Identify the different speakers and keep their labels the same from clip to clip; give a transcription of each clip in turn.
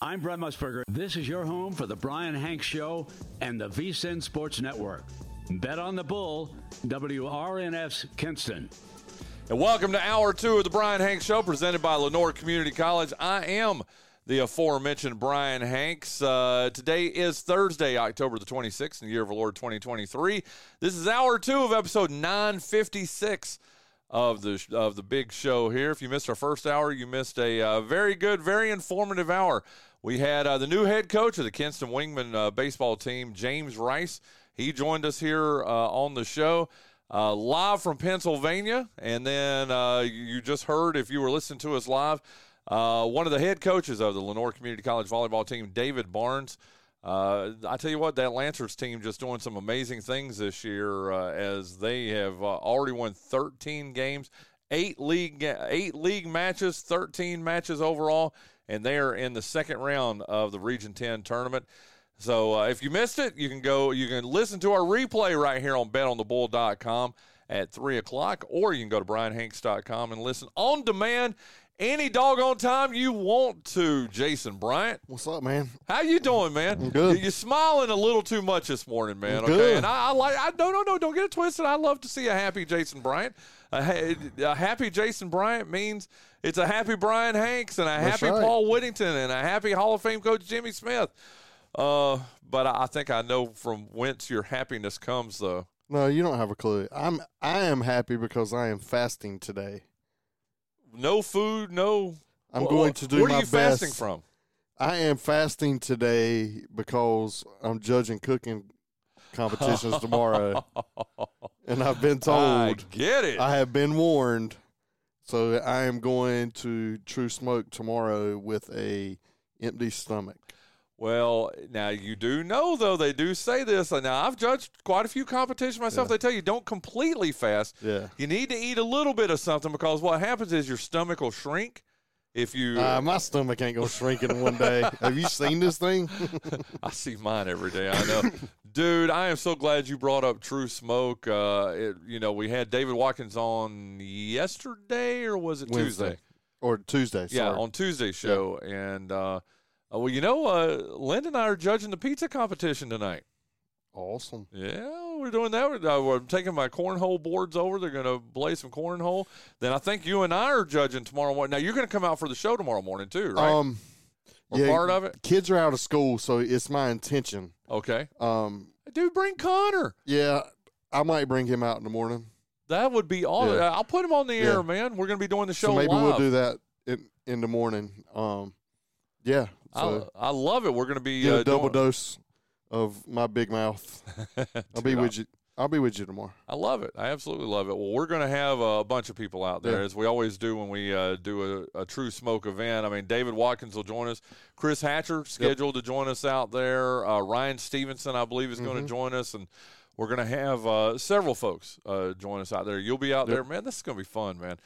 Speaker 1: I'm Brett Musburger. This is your home for the Brian Hanks Show and the VSIN Sports Network. Bet on the Bull, WRNF's Kinston.
Speaker 2: And welcome to hour two of the Brian Hanks Show, presented by Lenore Community College. I am the aforementioned Brian Hanks. Uh, today is Thursday, October the 26th, in the year of the Lord 2023. This is hour two of episode 956 of the of the big show here. If you missed our first hour, you missed a uh, very good, very informative hour. We had uh, the new head coach of the Kinston Wingman uh, baseball team, James Rice. He joined us here uh, on the show. Uh, live from Pennsylvania, and then uh, you- you just heard if you were listening to us live, uh, one of the head coaches of the Lenore Community College volleyball team, David Barnes. Uh, I tell you what, that Lancers team just doing some amazing things this year uh, as they have uh, already won 13 games, eight league ga- eight league matches, 13 matches overall, and they are in the second round of the Region 10 tournament. So uh, if you missed it, you can go, you can listen to our replay right here on betonthebull.com at 3 o'clock, or you can go to brianhanks.com and listen on demand any doggone time you want to, Jason Bryant.
Speaker 3: What's up, man?
Speaker 2: How you doing, man?
Speaker 3: good.
Speaker 2: You- You're smiling a little too much this morning, man.
Speaker 3: I'm
Speaker 2: okay,
Speaker 3: good.
Speaker 2: and I, I like. I no, no, no. Don't get it twisted. I love to see a happy Jason Bryant. A, ha- a happy Jason Bryant means it's a happy Brian Hanks and a
Speaker 3: That's
Speaker 2: happy
Speaker 3: right.
Speaker 2: Paul Whittington and a happy Hall of Fame coach Jimmy Smith. Uh, but I, I think I know from whence your happiness comes, though.
Speaker 3: No, you don't have a clue. I'm I am happy because I am fasting today.
Speaker 2: No food, no.
Speaker 3: I'm
Speaker 2: Wha-
Speaker 3: going
Speaker 2: wha-
Speaker 3: to do
Speaker 2: What
Speaker 3: my
Speaker 2: are you fasting
Speaker 3: best.
Speaker 2: from?
Speaker 3: I am fasting today because I'm judging cooking competitions tomorrow, and I've been
Speaker 2: I
Speaker 3: told
Speaker 2: get it.
Speaker 3: I have been warned. So I am going to True Smoke tomorrow with a empty stomach.
Speaker 2: Well, now you do know though they do say this. and Now I've judged quite a few competitions myself. They tell you don't completely fast.
Speaker 3: Yeah.
Speaker 2: You need to eat a little bit of something because what happens is your stomach will shrink if you.
Speaker 3: Uh, my stomach ain't gonna shrink in one day. have you seen this thing?
Speaker 2: I see mine every day. I know, dude. I am so glad you brought up True Smoke. Uh, it, you know, we had David Watkins on yesterday, or was it Tuesday?
Speaker 3: or Tuesday?
Speaker 2: Yeah,
Speaker 3: sorry.
Speaker 2: on Tuesday's show. And uh, uh, well, you know, uh, Lynn and I are judging the pizza competition tonight.
Speaker 3: awesome.
Speaker 2: Yeah, we're doing that. We're, uh, we're taking my cornhole boards over. They're going to play some cornhole. Then I think you and I are judging tomorrow morning. Now you're going to come out for the show tomorrow morning too, right?
Speaker 3: Um,
Speaker 2: Or part of it?
Speaker 3: Kids are out of school, so it's my intention.
Speaker 2: okay,
Speaker 3: Um,
Speaker 2: dude, bring Connor.
Speaker 3: yeah, I might bring him out in the morning.
Speaker 2: That would be all.
Speaker 3: Yeah.
Speaker 2: I'll put him on the air,
Speaker 3: Yeah.
Speaker 2: man. We're going to be doing the show.
Speaker 3: so maybe
Speaker 2: live.
Speaker 3: we'll do that in in the morning. Um, yeah, so
Speaker 2: I, I love it. We're going to be
Speaker 3: get
Speaker 2: uh,
Speaker 3: a double
Speaker 2: doing-
Speaker 3: dose of my big mouth. I'll be
Speaker 2: Dude,
Speaker 3: with you. I'll be with you tomorrow.
Speaker 2: I love it. I absolutely love it. Well, we're going to have uh, a bunch of people out there,
Speaker 3: Yeah.
Speaker 2: as we always do when we uh, do a, a true smoke event. I mean, David Watkins will join us. Chris Hatcher scheduled to join us out there. Uh, Ryan Stevenson, I believe, is going to join us, and we're going to have uh, several folks uh, join us out there. You'll be out there, man. This is going to be fun, man.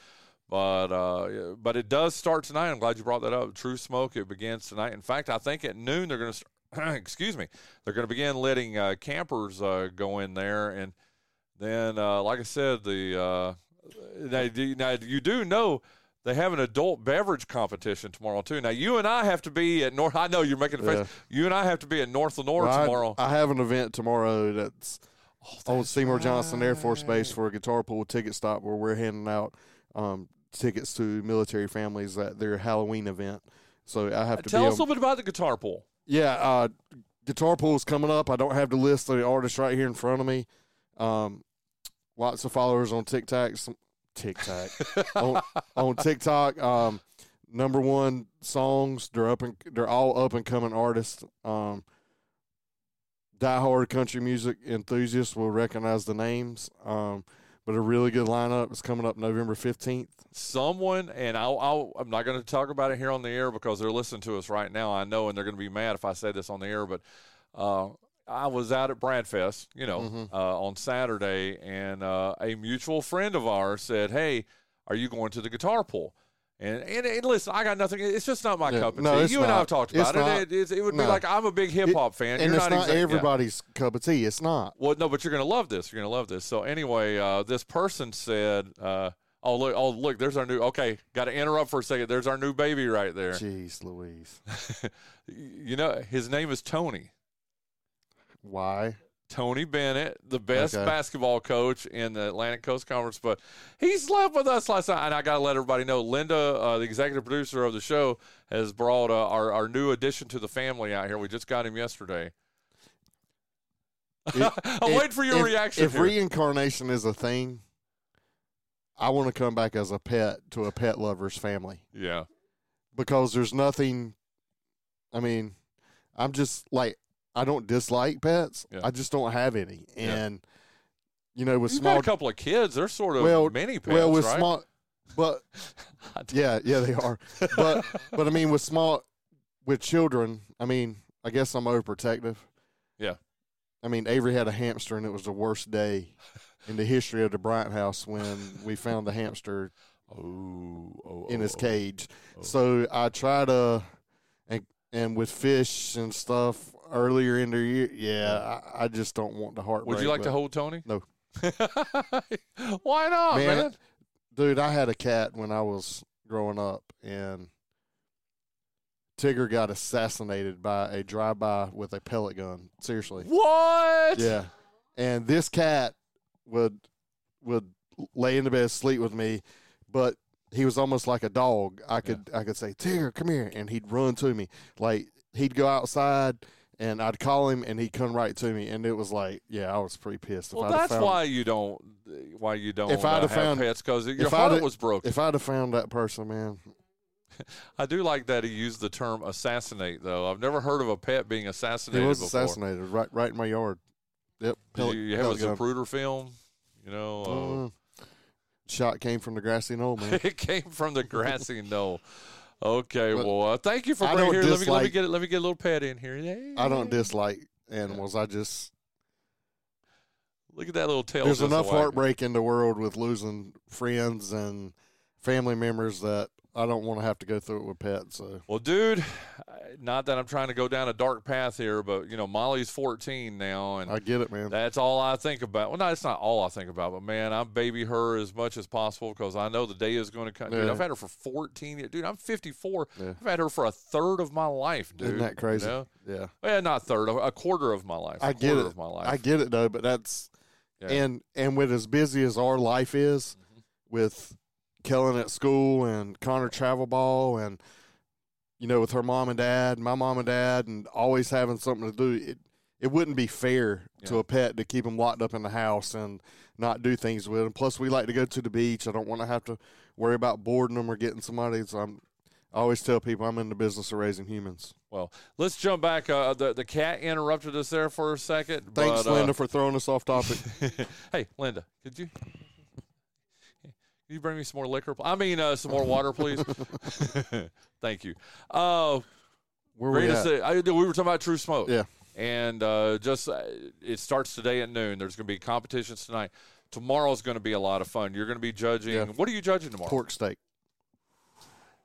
Speaker 2: But uh, yeah, but it does start tonight. I'm glad you brought that up. True Smoke it begins tonight. In fact, I think at noon they're going to excuse me. They're going to begin letting uh, campers uh, go in there and then uh, like I said, the uh, now, do- now you do know they have an adult beverage competition tomorrow too. Now you and I have to be at North. I know you're making a face. You and I have to be at North Lenore
Speaker 3: Well, I-
Speaker 2: tomorrow. Oh,
Speaker 3: I, have an event tomorrow that's, on Seymour Johnson Air Force Base for a guitar pool ticket stop where we're handing out um, tickets to military families at their Halloween event. So I have to
Speaker 2: Uh, Tell
Speaker 3: be
Speaker 2: us
Speaker 3: on-
Speaker 2: a little bit about the guitar pool.
Speaker 3: Yeah, uh, guitar pool's coming up. I don't have the list of the artists right here in front of me. Um, lots of followers on TikTok. Some, TikTok on, on TikTok. Um, number one songs. They're up and they're all up and coming artists. Um, diehard country music enthusiasts will recognize the names. Um, but a really good lineup is coming up November fifteenth.
Speaker 2: someone, and I'll, I'll, I'm not going to talk about it here on the air because they're listening to us right now. I know, and they're going to be mad if I say this on the air, but uh, I was out at Bradfest, you know,
Speaker 3: Mm-hmm.
Speaker 2: uh, on Saturday, and uh, a mutual friend of ours said, "Hey, are you going to the guitar pool?" And, and, and listen, I got nothing. It's just not my
Speaker 3: Yeah.
Speaker 2: cup of
Speaker 3: No,
Speaker 2: tea.
Speaker 3: it's
Speaker 2: You and I
Speaker 3: not.
Speaker 2: have talked
Speaker 3: It's
Speaker 2: about it.
Speaker 3: not.
Speaker 2: It, it's- it would be
Speaker 3: No.
Speaker 2: like I'm a big hip hop fan.
Speaker 3: and
Speaker 2: You're
Speaker 3: it's not,
Speaker 2: exact- yeah.
Speaker 3: everybody's cup of tea. It's not.
Speaker 2: Well, no, but you're going to love this. You're going to love this. So anyway, uh, this person said, uh, Oh look! Oh look! There's our new. Okay, got to interrupt for a second. There's our new baby right there.
Speaker 3: Jeez Louise.
Speaker 2: You know his name is Tony.
Speaker 3: Why?
Speaker 2: Tony Bennett, the best
Speaker 3: Okay.
Speaker 2: basketball coach in the Atlantic Coast Conference, but he slept with us last night. And I got to let everybody know Linda, uh, the executive producer of the show, has brought uh, our, our new addition to the family out here. We just got him yesterday.
Speaker 3: If-
Speaker 2: I'm
Speaker 3: if-
Speaker 2: waiting for your
Speaker 3: if-
Speaker 2: reaction.
Speaker 3: If
Speaker 2: here.
Speaker 3: reincarnation is a thing, I want to come back as a pet to a pet lover's family
Speaker 2: yeah.
Speaker 3: because there's nothing. I mean, I'm just like I don't dislike pets.
Speaker 2: Yeah.
Speaker 3: I just don't have any,
Speaker 2: Yeah.
Speaker 3: and you know, with
Speaker 2: You've
Speaker 3: small
Speaker 2: got a couple of kids. They're sort of
Speaker 3: Well,
Speaker 2: mini pets,
Speaker 3: well with
Speaker 2: right?
Speaker 3: small, but yeah, yeah, they are. But but I mean, with small, with children, I mean, I guess I'm overprotective.
Speaker 2: Yeah.
Speaker 3: I mean, Avery had a hamster, and it was the worst day in the history of the Bryant house when we found the hamster
Speaker 2: oh, oh,
Speaker 3: in his
Speaker 2: oh,
Speaker 3: cage.
Speaker 2: oh.
Speaker 3: So I try to, and and with fish and stuff earlier in the year, yeah, I, I just don't want the heartbreak.
Speaker 2: Would you like to
Speaker 3: but-
Speaker 2: hold Tony?
Speaker 3: No.
Speaker 2: Why not,
Speaker 3: Man,
Speaker 2: man?
Speaker 3: dude, I had a cat when I was growing up, and Tigger got assassinated by a drive-by with a pellet gun. Seriously,
Speaker 2: What?
Speaker 3: yeah. And this cat would would lay in the bed, sleep with me, but he was almost like a dog. I could I could say Tigger, come here, and he'd run to me. Like he'd go outside. And I'd call him, and he'd come right to me, and it was like, yeah, I was pretty pissed.
Speaker 2: Well,
Speaker 3: I'd have
Speaker 2: that's
Speaker 3: found-
Speaker 2: why you don't. Why you don't?
Speaker 3: If
Speaker 2: uh,
Speaker 3: I'd
Speaker 2: have
Speaker 3: have found-
Speaker 2: pets because your
Speaker 3: if I'd
Speaker 2: heart
Speaker 3: have-
Speaker 2: was broken.
Speaker 3: If I'd have found that person, man,
Speaker 2: I do like that he used the term assassinate, though. I've never heard of a pet being
Speaker 3: He
Speaker 2: assassinated
Speaker 3: was
Speaker 2: before.
Speaker 3: assassinated right right in my yard. Yep.
Speaker 2: Did
Speaker 3: pellet-
Speaker 2: you, you have
Speaker 3: pellet
Speaker 2: a
Speaker 3: gun.
Speaker 2: Zapruder film. You know,
Speaker 3: Uh, shot came from the grassy knoll,
Speaker 2: uh,
Speaker 3: man.
Speaker 2: it came from the grassy knoll. Okay,
Speaker 3: But
Speaker 2: well, uh, thank you for
Speaker 3: I
Speaker 2: bringing
Speaker 3: don't
Speaker 2: here. Let me, let me
Speaker 3: dislike-
Speaker 2: get it. Let me get a little pet in here.
Speaker 3: I
Speaker 2: Yeah.
Speaker 3: don't dislike animals. I just
Speaker 2: Look at that little tail.
Speaker 3: there's
Speaker 2: just
Speaker 3: enough
Speaker 2: wagging.
Speaker 3: heartbreak in the world with losing friends and family members that I don't want to have to go through it with pets. So
Speaker 2: Well, dude, I- not that I'm trying to go down a dark path here, but you know, Molly's 14 now, and
Speaker 3: I get it, man.
Speaker 2: That's all I think about. Well, no, it's not all I think about, but man, I baby her as much as possible because I know the day is going to come. Dude,
Speaker 3: Yeah.
Speaker 2: I've had her for 14 years. Dude, I'm 54.
Speaker 3: Yeah.
Speaker 2: I've had her for a third of my life, dude.
Speaker 3: Isn't that crazy?
Speaker 2: You know?
Speaker 3: Yeah,
Speaker 2: Well, not a third, a- a quarter of my life.
Speaker 3: I
Speaker 2: A
Speaker 3: get
Speaker 2: quarter
Speaker 3: it.
Speaker 2: of my life.
Speaker 3: I get it though, but that's
Speaker 2: Yeah. Mm-hmm.
Speaker 3: and and with as busy as our life is, with Kellen at school and Connor travel ball and you know with her mom and dad, my mom and dad, and always having something to do. It it wouldn't be fair to
Speaker 2: Yeah.
Speaker 3: a pet to keep them locked up in the house and not do things with. them. plus, we like to go to the beach. I don't want to have to worry about boarding them or getting somebody. So I'm. I always tell people I'm in the business of raising humans.
Speaker 2: well, let's jump back. Uh, the, the cat interrupted us there for a second.
Speaker 3: Thanks,
Speaker 2: but, uh,
Speaker 3: Linda, for throwing us off topic.
Speaker 2: hey, Linda, could you could you bring me some more liquor? pl- I mean, uh, some more water, please. Thank you. Uh,
Speaker 3: Where we
Speaker 2: Read us
Speaker 3: at?
Speaker 2: the- I, we were talking about True Smoke.
Speaker 3: Yeah.
Speaker 2: And uh, just uh, it starts today at noon. There's going to be competitions tonight. Tomorrow's going to be a lot of fun. You're going to be judging.
Speaker 3: Yeah.
Speaker 2: What are you judging tomorrow?
Speaker 3: pork steak.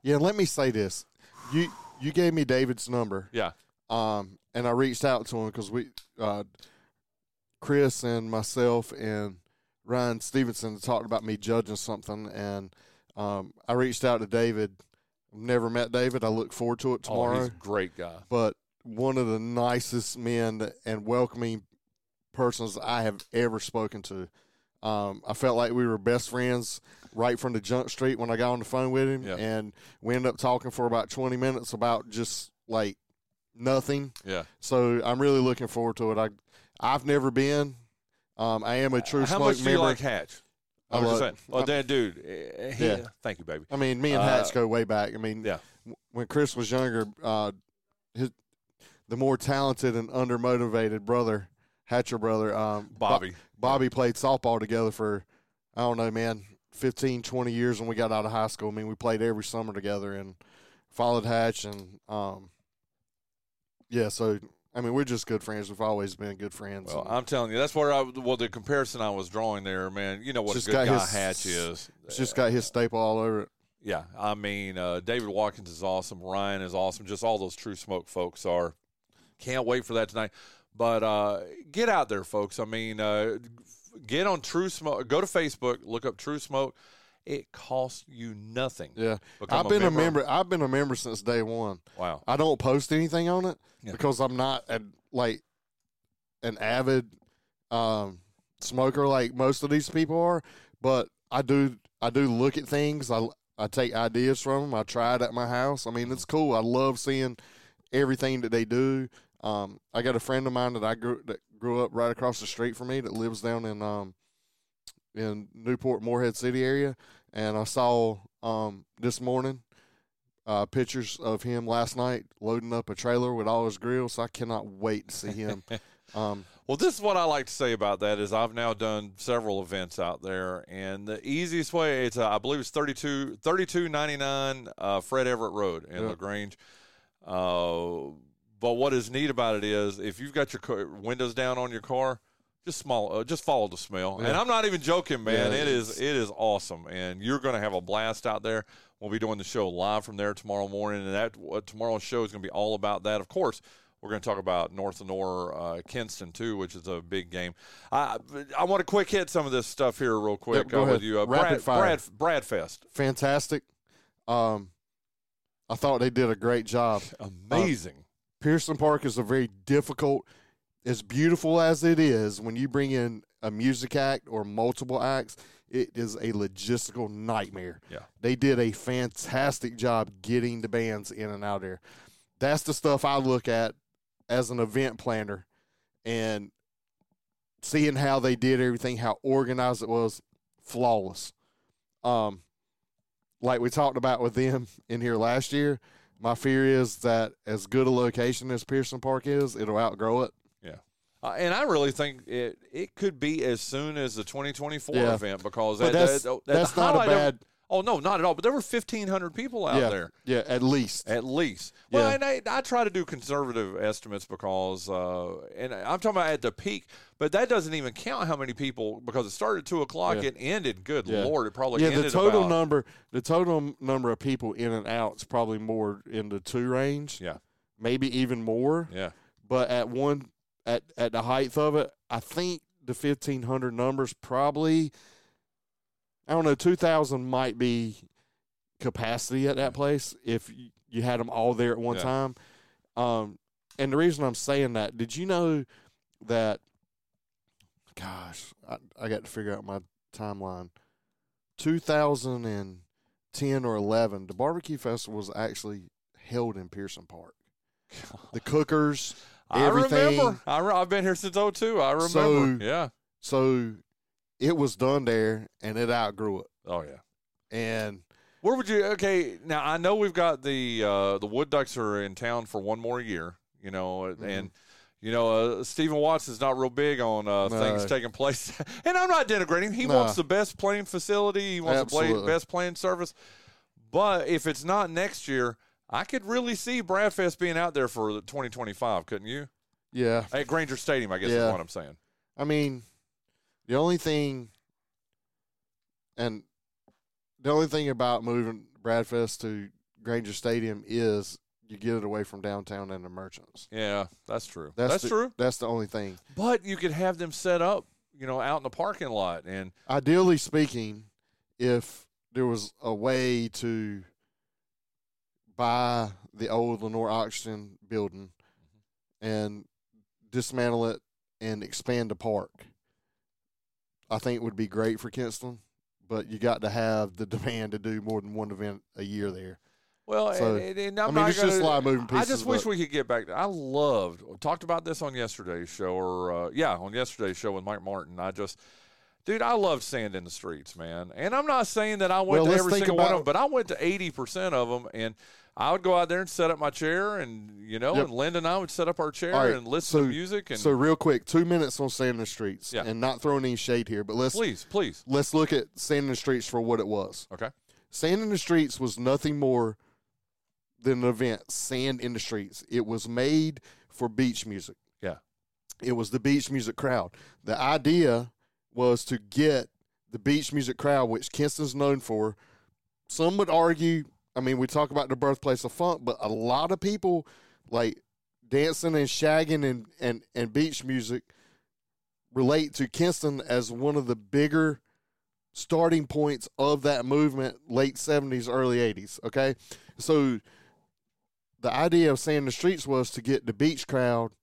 Speaker 3: Yeah, let me say this. You you gave me David's number,
Speaker 2: Yeah.
Speaker 3: um, and I reached out to him because we, uh, Chris and myself and Ryan Stevenson talked about me judging something, and um, I reached out to David. Never met David. I look forward to it
Speaker 2: Oh,
Speaker 3: tomorrow
Speaker 2: he's a great guy.
Speaker 3: but one of the nicest men and welcoming persons I have ever spoken to. Um, I felt like we were best friends right from the jump street when I got on the phone with him,
Speaker 2: Yeah.
Speaker 3: and we ended up talking for about twenty minutes about just like nothing.
Speaker 2: Yeah.
Speaker 3: So I'm really looking forward to it. I I've never been. Um, I am a true
Speaker 2: How
Speaker 3: smoke
Speaker 2: much do you
Speaker 3: member.
Speaker 2: like Hatch?
Speaker 3: I
Speaker 2: I'm just
Speaker 3: love-
Speaker 2: saying. Well, then, Oh, dude. eh, he-
Speaker 3: Yeah.
Speaker 2: Thank you, baby.
Speaker 3: I mean, me and
Speaker 2: Uh,
Speaker 3: Hatch go way back. I mean,
Speaker 2: yeah.
Speaker 3: w- when Chris was younger, uh, his, the more talented and undermotivated brother, Hatcher brother, um, Bo-
Speaker 2: Bobby.
Speaker 3: Bobby played softball together for, I don't know, man, 15, 20 years when we got out of high school. I mean, we played every summer together and followed Hatch. And, um, yeah, so, I mean, we're just good friends. We've always been good friends.
Speaker 2: Well,
Speaker 3: And
Speaker 2: I'm telling you, that's where I. Well, the comparison I was drawing there, man. You know what a
Speaker 3: Just
Speaker 2: good
Speaker 3: got
Speaker 2: guy
Speaker 3: his-
Speaker 2: Hatch is.
Speaker 3: it's just got his staple all over it.
Speaker 2: Yeah, I mean, uh, David Watkins is awesome. Ryan is awesome. Just all those True Smoke folks are. Can't wait for that tonight. But uh, get out there, folks. I mean, uh, get on True Smoke. Go to Facebook, look up True Smoke, It costs you nothing.
Speaker 3: Yeah,
Speaker 2: Become
Speaker 3: I've been a member.
Speaker 2: member.
Speaker 3: I've been a member since day one.
Speaker 2: Wow.
Speaker 3: I don't post anything on it
Speaker 2: Yeah.
Speaker 3: because I'm not a, like an avid um, smoker like most of these people are. But I do I do look at things. I I take ideas from them. I try it at my house. I mean, it's cool. I love seeing everything that they do. Um, I got a friend of mine that I grew that grew up right across the street from me that lives down in um, in Newport, Moorhead City area, and I saw um, this morning uh, pictures of him last night loading up a trailer with all his grills. I cannot wait to see him. um,
Speaker 2: Well, this is what I like to say about that is I've now done several events out there, and the easiest way it's uh, I believe it's 32 3299 uh, Fred Everett Road in
Speaker 3: Yeah.
Speaker 2: Lagrange. Uh, but what is neat about it is if you've got your car, windows down on your car, just small, uh, just follow the smell. And
Speaker 3: Yeah.
Speaker 2: I'm not even joking, man.
Speaker 3: Yeah,
Speaker 2: it is
Speaker 3: it's-
Speaker 2: it is awesome, and you're going to have a blast out there. We'll be doing the show live from there tomorrow morning, and that what tomorrow's show is going to be all about that. Of course, we're going to talk about North Lenore uh, Kinston too, which is a big game. I I want to quick hit some of this stuff here real quick
Speaker 3: go
Speaker 2: uh, with
Speaker 3: ahead.
Speaker 2: you. Uh,
Speaker 3: Rapid
Speaker 2: Brad,
Speaker 3: fire.
Speaker 2: Brad Brad Fest,
Speaker 3: fantastic. Um, I thought they did a great job.
Speaker 2: amazing.
Speaker 3: Pearson Park is a very difficult, as beautiful as it is, when you bring in a music act or multiple acts, it is a logistical nightmare.
Speaker 2: Yeah.
Speaker 3: They did a fantastic job getting the bands in and out there. That's the stuff I look at as an event planner and seeing how they did everything, how organized it was, flawless. Um, like we talked about with them in here last year, my fear is that as good a location as Pearson Park is, it'll outgrow it.
Speaker 2: Uh, and I really think it it could be as soon as the 2024
Speaker 3: Yeah.
Speaker 2: event because
Speaker 3: But
Speaker 2: at the-
Speaker 3: that's-
Speaker 2: at the
Speaker 3: that's not a
Speaker 2: highlight of-
Speaker 3: bad-
Speaker 2: oh no, not at all. But there were 1,500 people out
Speaker 3: yeah,
Speaker 2: there.
Speaker 3: yeah, at least.
Speaker 2: At least. Well,
Speaker 3: Yeah.
Speaker 2: and I, I try to do conservative estimates because, uh, and I'm talking about at the peak, but that doesn't even count how many people because it started at two o'clock.
Speaker 3: Yeah.
Speaker 2: It ended. Good
Speaker 3: Yeah.
Speaker 2: lord, it probably
Speaker 3: yeah,
Speaker 2: ended
Speaker 3: the total
Speaker 2: about.
Speaker 3: number, the total m- number of people in and out is probably more in the two range,
Speaker 2: yeah,
Speaker 3: maybe even more.
Speaker 2: yeah,
Speaker 3: But at one, at at the height of it, I think the fifteen hundred numbers probably. I don't know. Two thousand might be capacity at that place if y- you had them all there at one
Speaker 2: Yeah.
Speaker 3: time. Um, and the reason I'm saying that, did you know that? Gosh, I, I got to figure out my timeline. 2010 or 11, the barbecue festival was actually held in Pearson Park. The cookers,
Speaker 2: I
Speaker 3: everything.
Speaker 2: remember. I re- I've been here since '02. I remember.
Speaker 3: So-
Speaker 2: yeah.
Speaker 3: so it was done there, and it outgrew it.
Speaker 2: Oh yeah.
Speaker 3: And
Speaker 2: Where would you? Okay, now I know we've got the uh, the Wood Ducks are in town for one more year. You know,
Speaker 3: Mm-hmm.
Speaker 2: and- and you know uh, Stephen Watson's not real big on uh,
Speaker 3: No.
Speaker 2: things taking place. and I'm not denigrating. him. He
Speaker 3: No.
Speaker 2: wants the best playing facility. He wants the play,
Speaker 3: Absolutely.
Speaker 2: best playing service. But if it's not next year, I could really see Bradfest being out there for the 2025. Couldn't you?
Speaker 3: yeah,
Speaker 2: At Granger Stadium, I guess
Speaker 3: Yeah.
Speaker 2: is what I'm saying.
Speaker 3: I mean, the only thing, and the only thing about moving Bradfest to Granger Stadium is you get it away from downtown and the merchants.
Speaker 2: Yeah, that's true. That's,
Speaker 3: the,
Speaker 2: true.
Speaker 3: That's the only thing.
Speaker 2: But you could have them set up, you know, out in the parking lot and.
Speaker 3: Ideally speaking, if there was a way to buy the old Lenore Oxygen building and dismantle it and expand the park, I think would be great for Kinston. But you got to have the demand to do more than one event a year there.
Speaker 2: Well,
Speaker 3: So,
Speaker 2: and, and I'm
Speaker 3: I mean,
Speaker 2: not
Speaker 3: it's just
Speaker 2: gonna-
Speaker 3: a lot of moving
Speaker 2: I
Speaker 3: pieces,
Speaker 2: just wish
Speaker 3: but-
Speaker 2: we could get back. To, I loved talked about this on yesterday's show, or uh, yeah, on yesterday's show with Mike Martin. I just, dude, I loved sand in the streets, man. And I'm not saying that I went
Speaker 3: Well,
Speaker 2: to
Speaker 3: let's
Speaker 2: every
Speaker 3: think
Speaker 2: single one of them,
Speaker 3: about-
Speaker 2: but I went to eighty percent of them, and I would go out there and set up my chair, and you know,
Speaker 3: Yep.
Speaker 2: and Linda and I would set up our chair
Speaker 3: All right,
Speaker 2: and listen to
Speaker 3: so-
Speaker 2: music, and
Speaker 3: So, real quick, two minutes on Sand in the Streets,
Speaker 2: Yeah.
Speaker 3: and not throwing any shade here, but let's
Speaker 2: please, please,
Speaker 3: let's look at Sand in the Streets for what it was.
Speaker 2: okay,
Speaker 3: Sand in the Streets was nothing more than an event, Sand in the Streets. It was made for beach music.
Speaker 2: Yeah.
Speaker 3: It was the beach music crowd. The idea was to get the beach music crowd, which Kinston's known for. Some would argue, I mean, we talk about the birthplace of funk, but a lot of people like dancing and shagging and, and, and beach music relate to Kinston as one of the bigger starting points of that movement, late 70s, early 80s. Okay. So the idea of Sand in the Streets was to get the beach crowd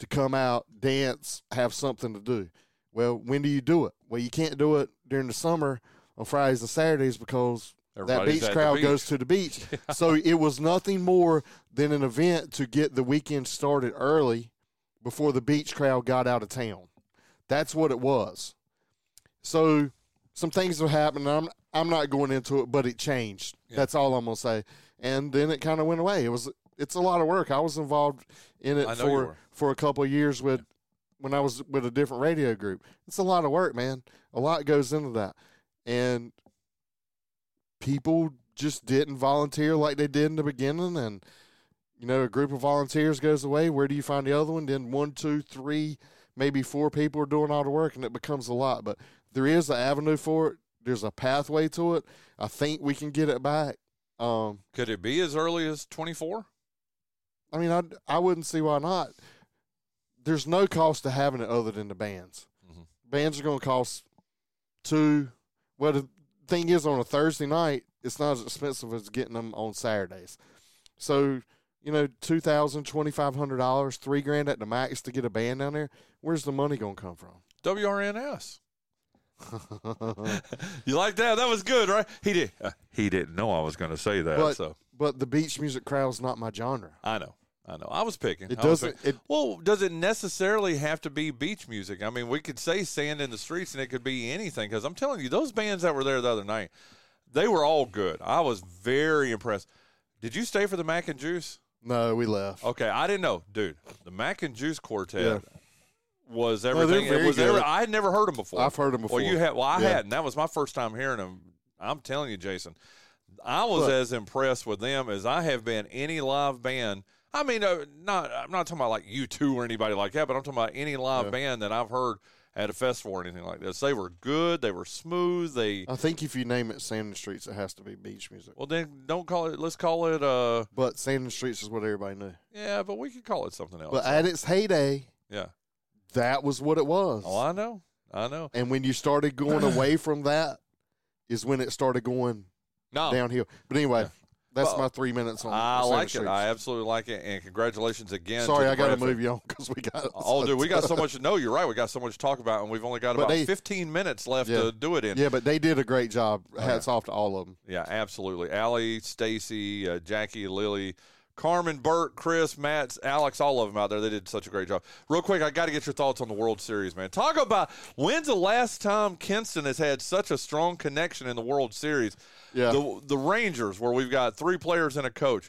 Speaker 3: to come out, dance, have something to do. Well, when do you do it? Well, you can't do it during the summer on Fridays and Saturdays because
Speaker 2: Everybody's
Speaker 3: that
Speaker 2: at
Speaker 3: beach
Speaker 2: the
Speaker 3: crowd
Speaker 2: beach.
Speaker 3: goes to the beach. So it was nothing more than an event to get the weekend started early before the beach crowd got out of town. That's what it was. So some things have happened. I'm I'm not going into it, but it changed. That's all I'm gonna say. And then it kind of went away. It was it's a lot of work. I was involved in
Speaker 2: I
Speaker 3: it
Speaker 2: know you
Speaker 3: for
Speaker 2: were.
Speaker 3: for a couple of years with when I was with a different radio group. It's a lot of work, man. A lot goes into that, and people just didn't volunteer like they did in the beginning, and you know, a group of volunteers goes away. Where do you find the other one? Then one, two, three, maybe four people are doing all the work, and it becomes a lot. But there is an avenue for it. There's a pathway to it. I think we can get it back. Um,
Speaker 2: Could it be as early as 24?
Speaker 3: I mean, I I wouldn't see why not. There's no cost to having it other than the bands.
Speaker 2: Mhm.
Speaker 3: Bands are going to cost two. Well, the thing is, on a Thursday night, it's not as expensive as getting them on Saturdays. So, you know, two thousand, twenty five hundred dollars, three grand at the max to get a band down there. Where's the money going to come
Speaker 2: WRNS.
Speaker 3: from?
Speaker 2: You like that? That was good, right? He did. Uh, he didn't know I was going to say that.
Speaker 3: but
Speaker 2: so
Speaker 3: but the beach music crowd's not my genre.
Speaker 2: I know. I know. I was picking.
Speaker 3: It
Speaker 2: I was
Speaker 3: doesn't.
Speaker 2: picking.
Speaker 3: It
Speaker 2: Well, does it necessarily have to be beach music? I mean, we could say sand in the streets and it could be anything because I'm telling you, those bands that were there the other night, they were all good. I was very impressed. Did you stay for the mac and juice?
Speaker 3: no, we left.
Speaker 2: Okay, I didn't know, dude. The Mac and Juice Quartet
Speaker 3: Yeah.
Speaker 2: was
Speaker 3: they're
Speaker 2: everything. it
Speaker 3: very
Speaker 2: was every-
Speaker 3: good.
Speaker 2: I had never heard them before.
Speaker 3: I've heard them before.
Speaker 2: Well, you had. Well, I
Speaker 3: Yeah.
Speaker 2: hadn't. That was my first time hearing them. I'm telling you, Jason, I was
Speaker 3: Look.
Speaker 2: as impressed with them as I have been any live band. I mean, uh, not. I'm not talking about like you two or anybody like that, but I'm talking about any live
Speaker 3: Yeah.
Speaker 2: band that I've heard at a festival or anything like this. They were good. They were smooth. They
Speaker 3: I think if you name it Sand and Streets, it has to be beach music.
Speaker 2: well, then don't call it. Let's call it. uh
Speaker 3: But Sand and Streets is what everybody knew.
Speaker 2: Yeah, but we could call it something else.
Speaker 3: But at its heyday,
Speaker 2: yeah.
Speaker 3: that was what it was.
Speaker 2: Oh, I know. I know.
Speaker 3: and when you started going away from that, is when it started going
Speaker 2: No,
Speaker 3: downhill. But anyway, that's
Speaker 2: Oh. Well,
Speaker 3: my three minutes on.
Speaker 2: I
Speaker 3: Sand and
Speaker 2: like it.
Speaker 3: Streets.
Speaker 2: I absolutely like it. And congratulations again.
Speaker 3: Sorry,
Speaker 2: to
Speaker 3: I got to
Speaker 2: Bradford.
Speaker 3: move you on because we got.
Speaker 2: Oh, dude, we got so much. No, you're right. We got so much to talk about, and we've only got
Speaker 3: But
Speaker 2: about
Speaker 3: they-
Speaker 2: 15 minutes left
Speaker 3: Yeah.
Speaker 2: to do it in. Yeah,
Speaker 3: Yeah, but they did a great job.
Speaker 2: Oh,
Speaker 3: Hats off to all of them.
Speaker 2: absolutely. Allie, Stacy, uh, Jackie, Lily, Carmen, Bert, Chris, Matt, Alex, all of them out there. They did such a great job. Real quick, I got to get your thoughts on the World Series, man. Talk about when's the last time Kinston has had such a strong connection in the World Series?
Speaker 3: Yeah.
Speaker 2: The, the Rangers, where we've got three players and a coach.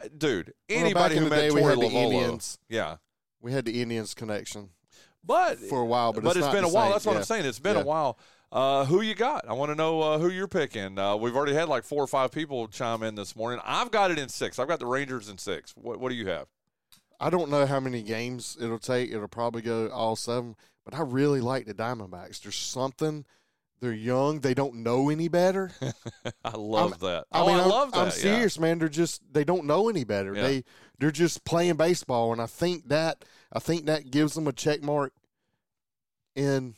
Speaker 2: Uh, Dude,
Speaker 3: back
Speaker 2: anybody
Speaker 3: in
Speaker 2: who
Speaker 3: the
Speaker 2: met
Speaker 3: day, we
Speaker 2: Torrey
Speaker 3: had the
Speaker 2: Lovolo-
Speaker 3: Indians.
Speaker 2: yeah,
Speaker 3: We had the Indians connection
Speaker 2: but
Speaker 3: for a while, but,
Speaker 2: but
Speaker 3: it's
Speaker 2: it's
Speaker 3: not
Speaker 2: been
Speaker 3: the
Speaker 2: a while.
Speaker 3: same.
Speaker 2: That's what
Speaker 3: Yeah.
Speaker 2: I'm saying. It's been a
Speaker 3: Yeah.
Speaker 2: while. Uh, who you got? I want to know uh, who you're picking. Uh, we've already had like four or five people chime in this morning. I've got it in six. I've got the Rangers in six. What What do you have?
Speaker 3: I don't know how many games it'll take. It'll probably go all seven, but I really like the Diamondbacks. There's something. They're young. They don't know any better.
Speaker 2: I love that.
Speaker 3: I
Speaker 2: oh,
Speaker 3: mean,
Speaker 2: I
Speaker 3: am
Speaker 2: love that.
Speaker 3: I'm
Speaker 2: yeah.
Speaker 3: serious, man. They're just they don't know any better.
Speaker 2: Yeah.
Speaker 3: They they're just playing baseball, and I think that I think that gives them a check mark in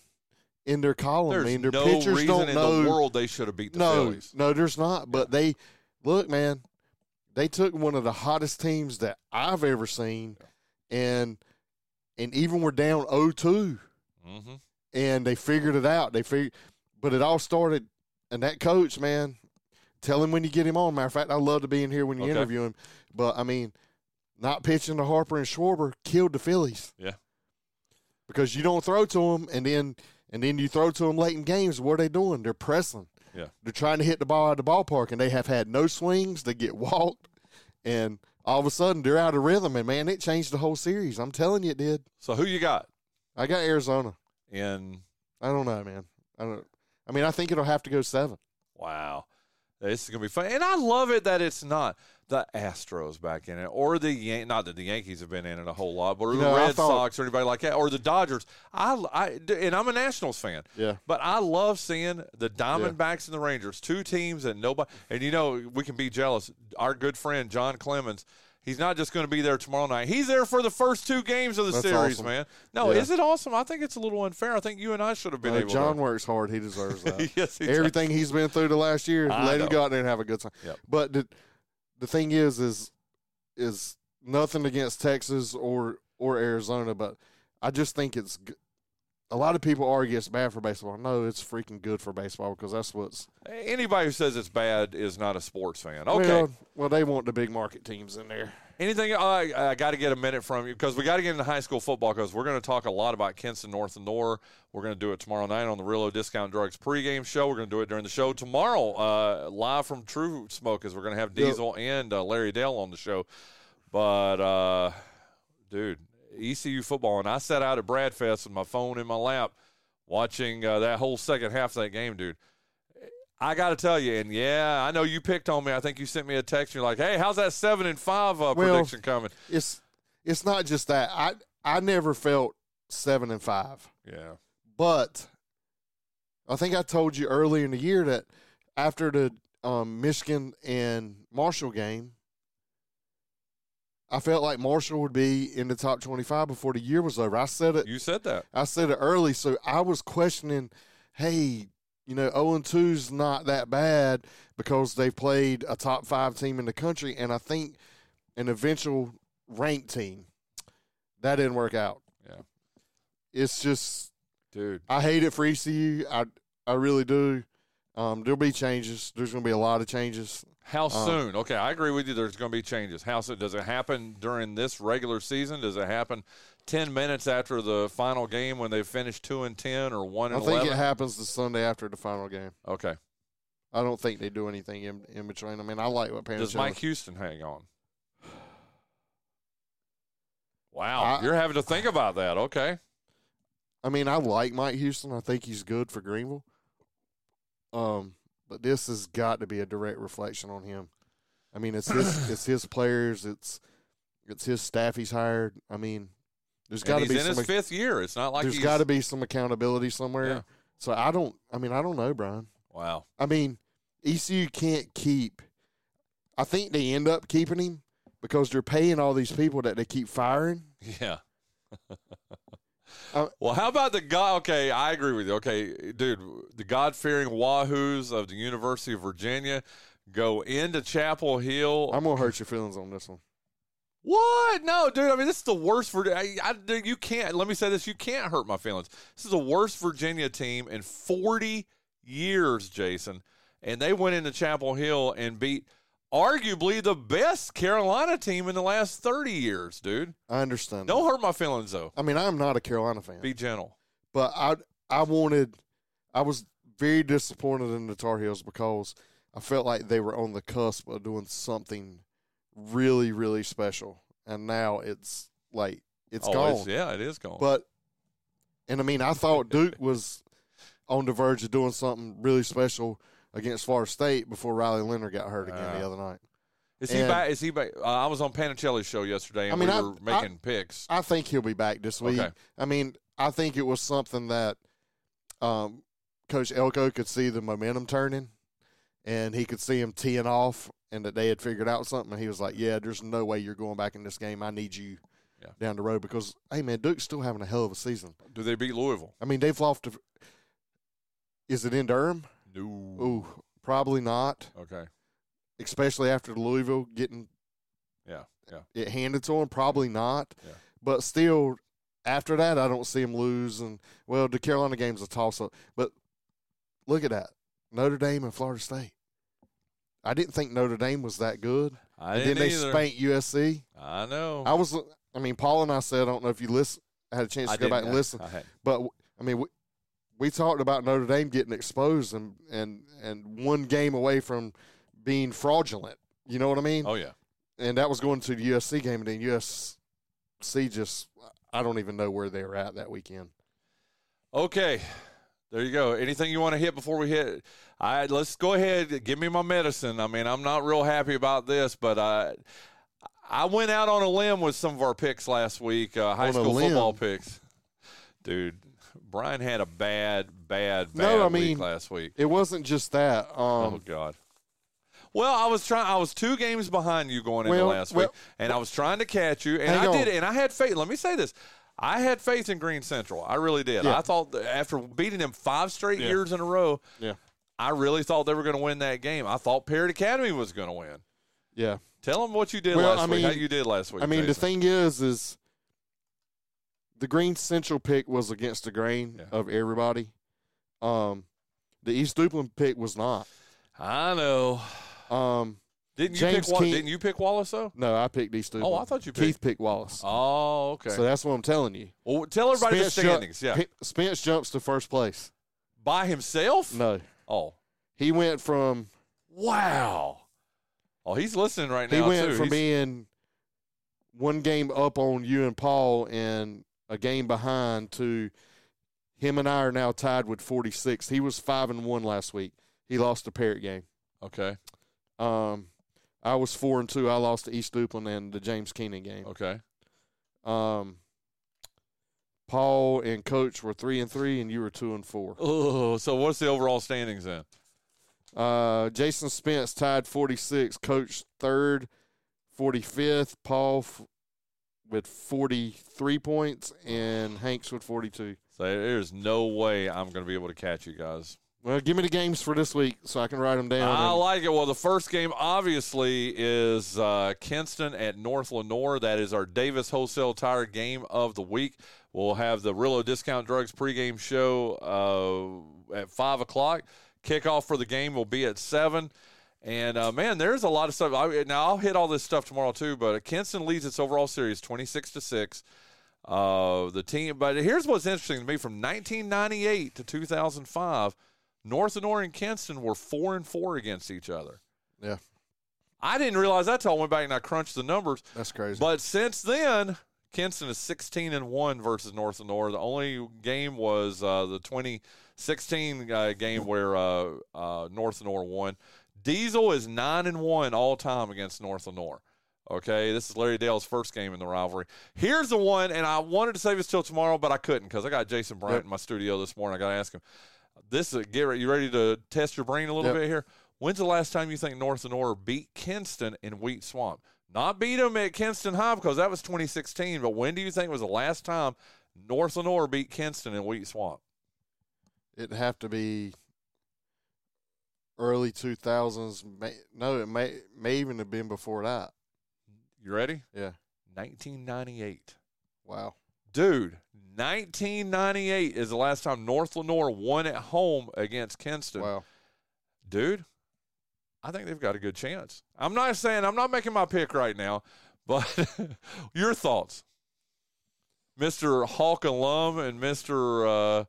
Speaker 3: in their column.
Speaker 2: There's
Speaker 3: I mean, their
Speaker 2: no
Speaker 3: pitchers
Speaker 2: reason
Speaker 3: don't
Speaker 2: in
Speaker 3: know.
Speaker 2: the world they should have beat the
Speaker 3: no,
Speaker 2: Phillies.
Speaker 3: no, there's not. But they look, man. They took one of the hottest teams that I've ever seen, and and even we're down 0-2
Speaker 2: hmm
Speaker 3: and they figured it out. They figured, but it all started, and that coach, man, tell him when you get him on. Matter of fact, I love to be in here when you
Speaker 2: Okay.
Speaker 3: interview him, but I mean, not pitching to Harper and Schwarber killed the Phillies.
Speaker 2: Yeah.
Speaker 3: because you don't throw to them, and then and then you throw to them late in games. What are they doing? They're pressing.
Speaker 2: Yeah.
Speaker 3: they're trying to hit the ball out of the ballpark, and they have had no swings. They get walked, and all of a sudden they're out of rhythm. And man, it changed the whole series. I'm telling you, it did.
Speaker 2: So who you got
Speaker 3: I got Arizona.
Speaker 2: in?
Speaker 3: I don't know, man. I don't. I mean, I think it'll have to go seven.
Speaker 2: Wow. This is gonna be fun, and I love it that it's not the Astros back in it, or the Yan- not that the Yankees have been in it a whole lot, but or
Speaker 3: You
Speaker 2: the
Speaker 3: know, I
Speaker 2: Red
Speaker 3: thought-
Speaker 2: Sox or anybody like that, or the Dodgers. I, I and I'm a Nationals fan,
Speaker 3: Yeah.
Speaker 2: but I love seeing the Diamondbacks and the Rangers, two teams that nobody. And you know we can be jealous. Our good friend John Clemens, He's not just going to be there tomorrow night. He's there for the first two games of the
Speaker 3: That's
Speaker 2: series,
Speaker 3: awesome.
Speaker 2: man. No,
Speaker 3: Yeah.
Speaker 2: is it awesome? I think it's a little unfair. I think you and I should have been
Speaker 3: Uh,
Speaker 2: able.
Speaker 3: John
Speaker 2: to.
Speaker 3: works hard. He deserves that.
Speaker 2: yes, he does.
Speaker 3: Everything he's been through the last year,
Speaker 2: I
Speaker 3: let
Speaker 2: know.
Speaker 3: him go out there and have a good time.
Speaker 2: Yep.
Speaker 3: But the, the thing is, is is nothing against Texas or or Arizona, but I just think it's g- a lot of people argue it's bad for baseball. No, it's freaking good for baseball because that's what's
Speaker 2: Anybody who says it's bad is not a sports fan. Okay.
Speaker 3: Well, well, they want the big market teams in there.
Speaker 2: Anything I, I got to get a minute from you because we got to get into high school football because we're going to talk a lot about Kinston North and Nor. We're going to do it tomorrow night on the Rillo Discount Drugs pregame show. We're going to do it during the show tomorrow, uh, live from True Smoke, as we're going to have Diesel and uh, Larry Dale on the show. But uh, dude, ECU football, and I sat out at Bradfest with my phone in my lap watching uh, that whole second half of that game, dude. I got to tell you, and yeah, I know you picked on me. I think you sent me a text. You're like, "Hey, how's that seven and five uh,
Speaker 3: Well,
Speaker 2: prediction coming?"
Speaker 3: It's it's not just that. I I never felt seven and five.
Speaker 2: Yeah,
Speaker 3: But I think I told you earlier in the year that after the um, Michigan and Marshall game, I felt like Marshall would be in the top 25 before the year was over. I said it.
Speaker 2: you said that.
Speaker 3: I said it early, so I was questioning, hey, you know, 0 and 2's not that bad because they played a top five team in the country and I think an eventual ranked team. That didn't work out.
Speaker 2: Yeah.
Speaker 3: It's just
Speaker 2: Dude,
Speaker 3: I hate it for ECU. I I really do. Um, there'll be changes. There's going to be a lot of changes.
Speaker 2: how soon? Okay, I agree with you. There's going to be changes. How soon? Does it happen during this regular season? Does it happen ten minutes after the final game when they finish two and ten or one
Speaker 3: I
Speaker 2: and
Speaker 3: think it
Speaker 2: eleven?
Speaker 3: happens the Sunday after the final game.
Speaker 2: Okay.
Speaker 3: I don't think they do anything in, in between. I mean, I like what
Speaker 2: Does
Speaker 3: parents.
Speaker 2: Mike Houston hang on? Wow,
Speaker 3: I-
Speaker 2: you're having to think about that. Okay.
Speaker 3: I mean, I like Mike Houston. I think he's good for Greenville. Um, but this has got to be a direct reflection on him. I mean, it's his it's his players. It's it's his staff he's hired. I mean, there's
Speaker 2: And
Speaker 3: got to
Speaker 2: he's
Speaker 3: be
Speaker 2: in
Speaker 3: some
Speaker 2: his fifth year. It's not like
Speaker 3: there's
Speaker 2: he's
Speaker 3: got to be some accountability somewhere.
Speaker 2: Yeah.
Speaker 3: So I don't. I mean, I don't know, Brian.
Speaker 2: Wow.
Speaker 3: I mean, ECU can't keep. I think they end up keeping him because they're paying all these people that they keep firing.
Speaker 2: Yeah.
Speaker 3: Uh,
Speaker 2: well, how about the God? Okay, I agree with you. Okay, dude, the God fearing Wahoos of the University of Virginia go into Chapel Hill.
Speaker 3: I'm gonna hurt your feelings on this one.
Speaker 2: what? No, dude. I mean, this is the worst. Vir- I, I, dude, you can't. Let me say this: you can't hurt my feelings. This is the worst Virginia team in 40 years, Jason. And they went into Chapel Hill and beat arguably the best Carolina team in the last 30 years, dude.
Speaker 3: I understand.
Speaker 2: Don't hurt my feelings though.
Speaker 3: that. I mean, I'm not a Carolina fan,
Speaker 2: Be gentle.
Speaker 3: but I I wanted. I was very disappointed in the Tar Heels because I felt like they were on the cusp of doing something really, really special, and now it's like it's
Speaker 2: Oh,
Speaker 3: gone.
Speaker 2: yeah, it is gone.
Speaker 3: But and I mean, I thought Duke was on the verge of doing something really special against Florida State before Riley Leonard got hurt again the
Speaker 2: Yeah.
Speaker 3: other night.
Speaker 2: is he
Speaker 3: and-
Speaker 2: back? Is he back? Uh, I was on Panicelli's show yesterday, and
Speaker 3: I mean,
Speaker 2: we
Speaker 3: I-
Speaker 2: were
Speaker 3: I-
Speaker 2: making picks.
Speaker 3: I think he'll be back this week.
Speaker 2: Okay.
Speaker 3: I mean, I think it was something that um, Coach Elko could see the momentum turning, and he could see him teeing off, and that they had figured out something. And he was like, "Yeah, there's no way you're going back in this game. I need you."
Speaker 2: Yeah.
Speaker 3: Down the road because hey man, Duke's still having a hell of a season.
Speaker 2: Do they beat Louisville?
Speaker 3: I mean, they've lost. To, is it in Durham?
Speaker 2: No.
Speaker 3: Ooh, probably not.
Speaker 2: Okay.
Speaker 3: Especially after Louisville getting
Speaker 2: Yeah. Yeah.
Speaker 3: it handed to them, probably not.
Speaker 2: Mm-hmm. Yeah.
Speaker 3: But still, after that, I don't see them lose. And well, the Carolina game's a toss up. But look at that, Notre Dame and Florida State. I didn't think Notre Dame was that good.
Speaker 2: I
Speaker 3: And then
Speaker 2: didn't
Speaker 3: they
Speaker 2: either.
Speaker 3: spanked USC.
Speaker 2: I know.
Speaker 3: I was, I mean, Paul and I said, I don't know if you listen, had a chance to
Speaker 2: I
Speaker 3: go back
Speaker 2: didn't-
Speaker 3: and listen.
Speaker 2: I had-
Speaker 3: But w- I mean, we, we talked about Notre Dame getting exposed and and and one game away from being fraudulent. You know what I mean?
Speaker 2: oh yeah.
Speaker 3: And that was going to the USC game, and then USC just I don't even know where they were at that weekend.
Speaker 2: Okay. There you go. Anything you want to hit before we hit? I let's go ahead. Give me my medicine. I mean, I'm not real happy about this, but I I went out on a limb with some of our picks last week, uh, high
Speaker 3: On a
Speaker 2: school football
Speaker 3: limb?
Speaker 2: picks. Dude, Brian had a bad, bad, bad
Speaker 3: No, I
Speaker 2: week
Speaker 3: mean-
Speaker 2: last week.
Speaker 3: um, It wasn't just that.
Speaker 2: oh
Speaker 3: Um,
Speaker 2: God. Well, I was trying. I was two games behind you going into
Speaker 3: Well,
Speaker 2: last
Speaker 3: well-
Speaker 2: week, and I was trying to catch you, and
Speaker 3: Hang
Speaker 2: I
Speaker 3: on.
Speaker 2: did. And I had faith. Let me say this: I had faith in Green Central. I really did.
Speaker 3: Yeah.
Speaker 2: I thought that after beating them five straight
Speaker 3: Yeah.
Speaker 2: years in a row,
Speaker 3: Yeah.
Speaker 2: I really thought they were going to win that game. I thought Parrot Academy was going to win.
Speaker 3: Yeah.
Speaker 2: Tell them what you did
Speaker 3: Well,
Speaker 2: last
Speaker 3: I
Speaker 2: week. How
Speaker 3: mean-
Speaker 2: you did last week?
Speaker 3: I mean, the
Speaker 2: Jason.
Speaker 3: thing is, is the Green Central pick was against the grain
Speaker 2: Yeah.
Speaker 3: of everybody. Um, the East Duplin pick was not.
Speaker 2: I know.
Speaker 3: Um,
Speaker 2: Didn't you
Speaker 3: James
Speaker 2: pick? Wall-
Speaker 3: King-
Speaker 2: Didn't you pick Wallace though?
Speaker 3: no, I picked East Duplin.
Speaker 2: Oh, I thought you
Speaker 3: Keith picked Wallace.
Speaker 2: Oh, okay.
Speaker 3: So that's what I'm telling you.
Speaker 2: well, tell everybody the
Speaker 3: ju-
Speaker 2: standings. yeah,
Speaker 3: P- Spence jumps to first place.
Speaker 2: by himself.
Speaker 3: No,
Speaker 2: Oh,
Speaker 3: he went from
Speaker 2: wow. Oh, he's listening right
Speaker 3: he
Speaker 2: now
Speaker 3: went
Speaker 2: too.
Speaker 3: from
Speaker 2: He's-
Speaker 3: being one game up on you and Paul and a game behind to him and I are now tied with 46. He was five and one last week. He lost the Parrot game.
Speaker 2: okay.
Speaker 3: Um, I was four and two. I lost to East Duplin and the James Keenan game.
Speaker 2: Okay.
Speaker 3: Um, Paul and Coach were three and three, and you were two and four.
Speaker 2: Oh, so what's the overall standings then?
Speaker 3: Uh, Jason Spence tied 46, Coach third, 45th, Paul f- with 43 points, and Hanks with 42.
Speaker 2: So there's no way I'm going to be able to catch you guys.
Speaker 3: Well, give me the games for this week so I can write them down.
Speaker 2: I
Speaker 3: and-
Speaker 2: like it. Well, the first game obviously is uh, Kinston at North Lenore. That is our Davis Wholesale Tire game of the week. We'll have the Rillo Discount Drugs pregame show uh, at five o'clock. Kickoff for the game will be at seven. And uh, man, there's a lot of stuff. I, now I'll hit all this stuff tomorrow too. But Kinston leads its overall series twenty six to six. Uh, the team, but here's what's interesting to me: from 1998 to 2005, North Lenore and Kinston were four and four against each other.
Speaker 3: yeah,
Speaker 2: I didn't realize that till I went back and I crunched the numbers.
Speaker 3: that's crazy.
Speaker 2: But since then, Kinston is 16 and one versus North Lenore. The only game was uh, the 2016 uh, game where uh, uh, North Lenore won. Diesel is nine and one all time against North Lenore. Okay, this is Larry Dale's first game in the rivalry. Here's the one, and I wanted to save this till tomorrow, but I couldn't because I got Jason Bryant
Speaker 3: Yep.
Speaker 2: in my studio this morning. I got to ask him. This is get ready. You ready to test your brain a little
Speaker 3: Yep.
Speaker 2: bit here? When's the last time you think North and Orr beat Kinston in Wheat Swamp? Not beat them at Kinston High because that was 2016. But when do you think was the last time North and Orr beat Kinston in Wheat Swamp?
Speaker 3: It'd have to be early 2000s. May, no, it may, may even have been before that.
Speaker 2: You ready?
Speaker 3: Yeah,
Speaker 2: 1998.
Speaker 3: wow.
Speaker 2: Dude, 1998 is the last time North Lenore won at home against Kinston.
Speaker 3: Wow.
Speaker 2: dude, I think they've got a good chance. I'm not saying I'm not making my pick right now, but your thoughts, Mister Hawk alum and Mister uh,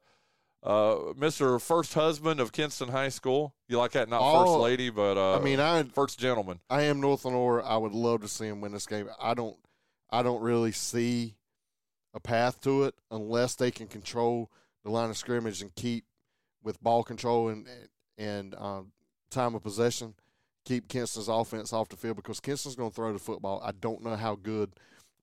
Speaker 2: uh, Mister First Husband of Kinston High School. You like that? Not
Speaker 3: Oh,
Speaker 2: first lady, but uh,
Speaker 3: I mean, I
Speaker 2: first gentleman.
Speaker 3: I am North Lenore. I would love to see him win this game. I don't I don't really see a path to it unless they can control the line of scrimmage and keep with ball control and and um, time of possession, keep Kinston's offense off the field because Kinston's going to throw the football. I don't know how good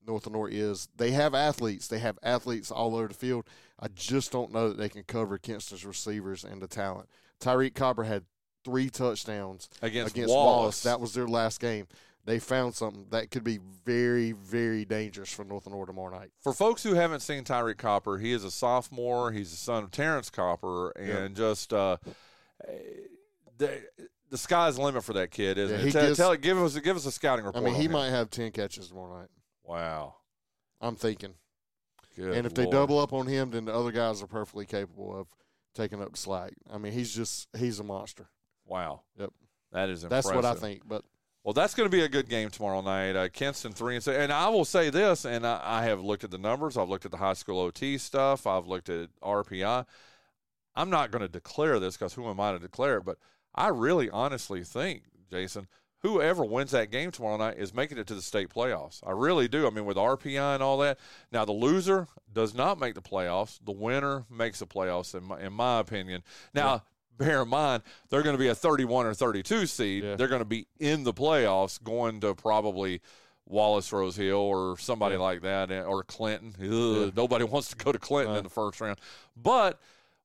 Speaker 3: North Lenore is. They have athletes. They have athletes all over the field. I just don't know that they can cover Kinston's receivers and the talent. Tyreek Copper had three touchdowns
Speaker 2: Against Wallace.
Speaker 3: Wallace. That was their last game. They found something that could be very, very dangerous for North and Orr tomorrow night.
Speaker 2: for folks who haven't seen Tyreek Copper, he is a sophomore. He's the son of Terrence Copper, and just uh, the the sky's the limit for that kid, isn't
Speaker 3: Yeah,
Speaker 2: it?
Speaker 3: he
Speaker 2: Tell,
Speaker 3: gives-
Speaker 2: tell- give us give us a scouting
Speaker 3: I
Speaker 2: report.
Speaker 3: mean,
Speaker 2: on
Speaker 3: he
Speaker 2: him.
Speaker 3: might have ten catches tomorrow night.
Speaker 2: Wow.
Speaker 3: I'm thinking,
Speaker 2: Good
Speaker 3: and if they
Speaker 2: Lord.
Speaker 3: double up on him, then the other guys are perfectly capable of taking up the slack. I mean, he's just he's a monster.
Speaker 2: wow,
Speaker 3: Yep.
Speaker 2: that is
Speaker 3: That's
Speaker 2: impressive.
Speaker 3: what I think. But
Speaker 2: Well, that's going to be a good game tomorrow night. Uh, Kinston three and six. And I will say this, and I, I have looked at the numbers. I've looked at the high school OT stuff. I've looked at RPI. I'm not going to declare this because who am I to declare it? But I really, honestly think, Jason, whoever wins that game tomorrow night is making it to the state playoffs. I really do. I mean, with RPI and all that. Now, the loser does not make the playoffs. The winner makes the playoffs, in my, in my opinion. Now. Bear in mind, they're going to be a 31 or 32 seed.
Speaker 3: Yeah.
Speaker 2: They're going to be in the playoffs, going to probably Wallace Rose Hill or somebody eh, like that, or Clinton. Ugh, Nobody wants to go to Clinton in the first round. But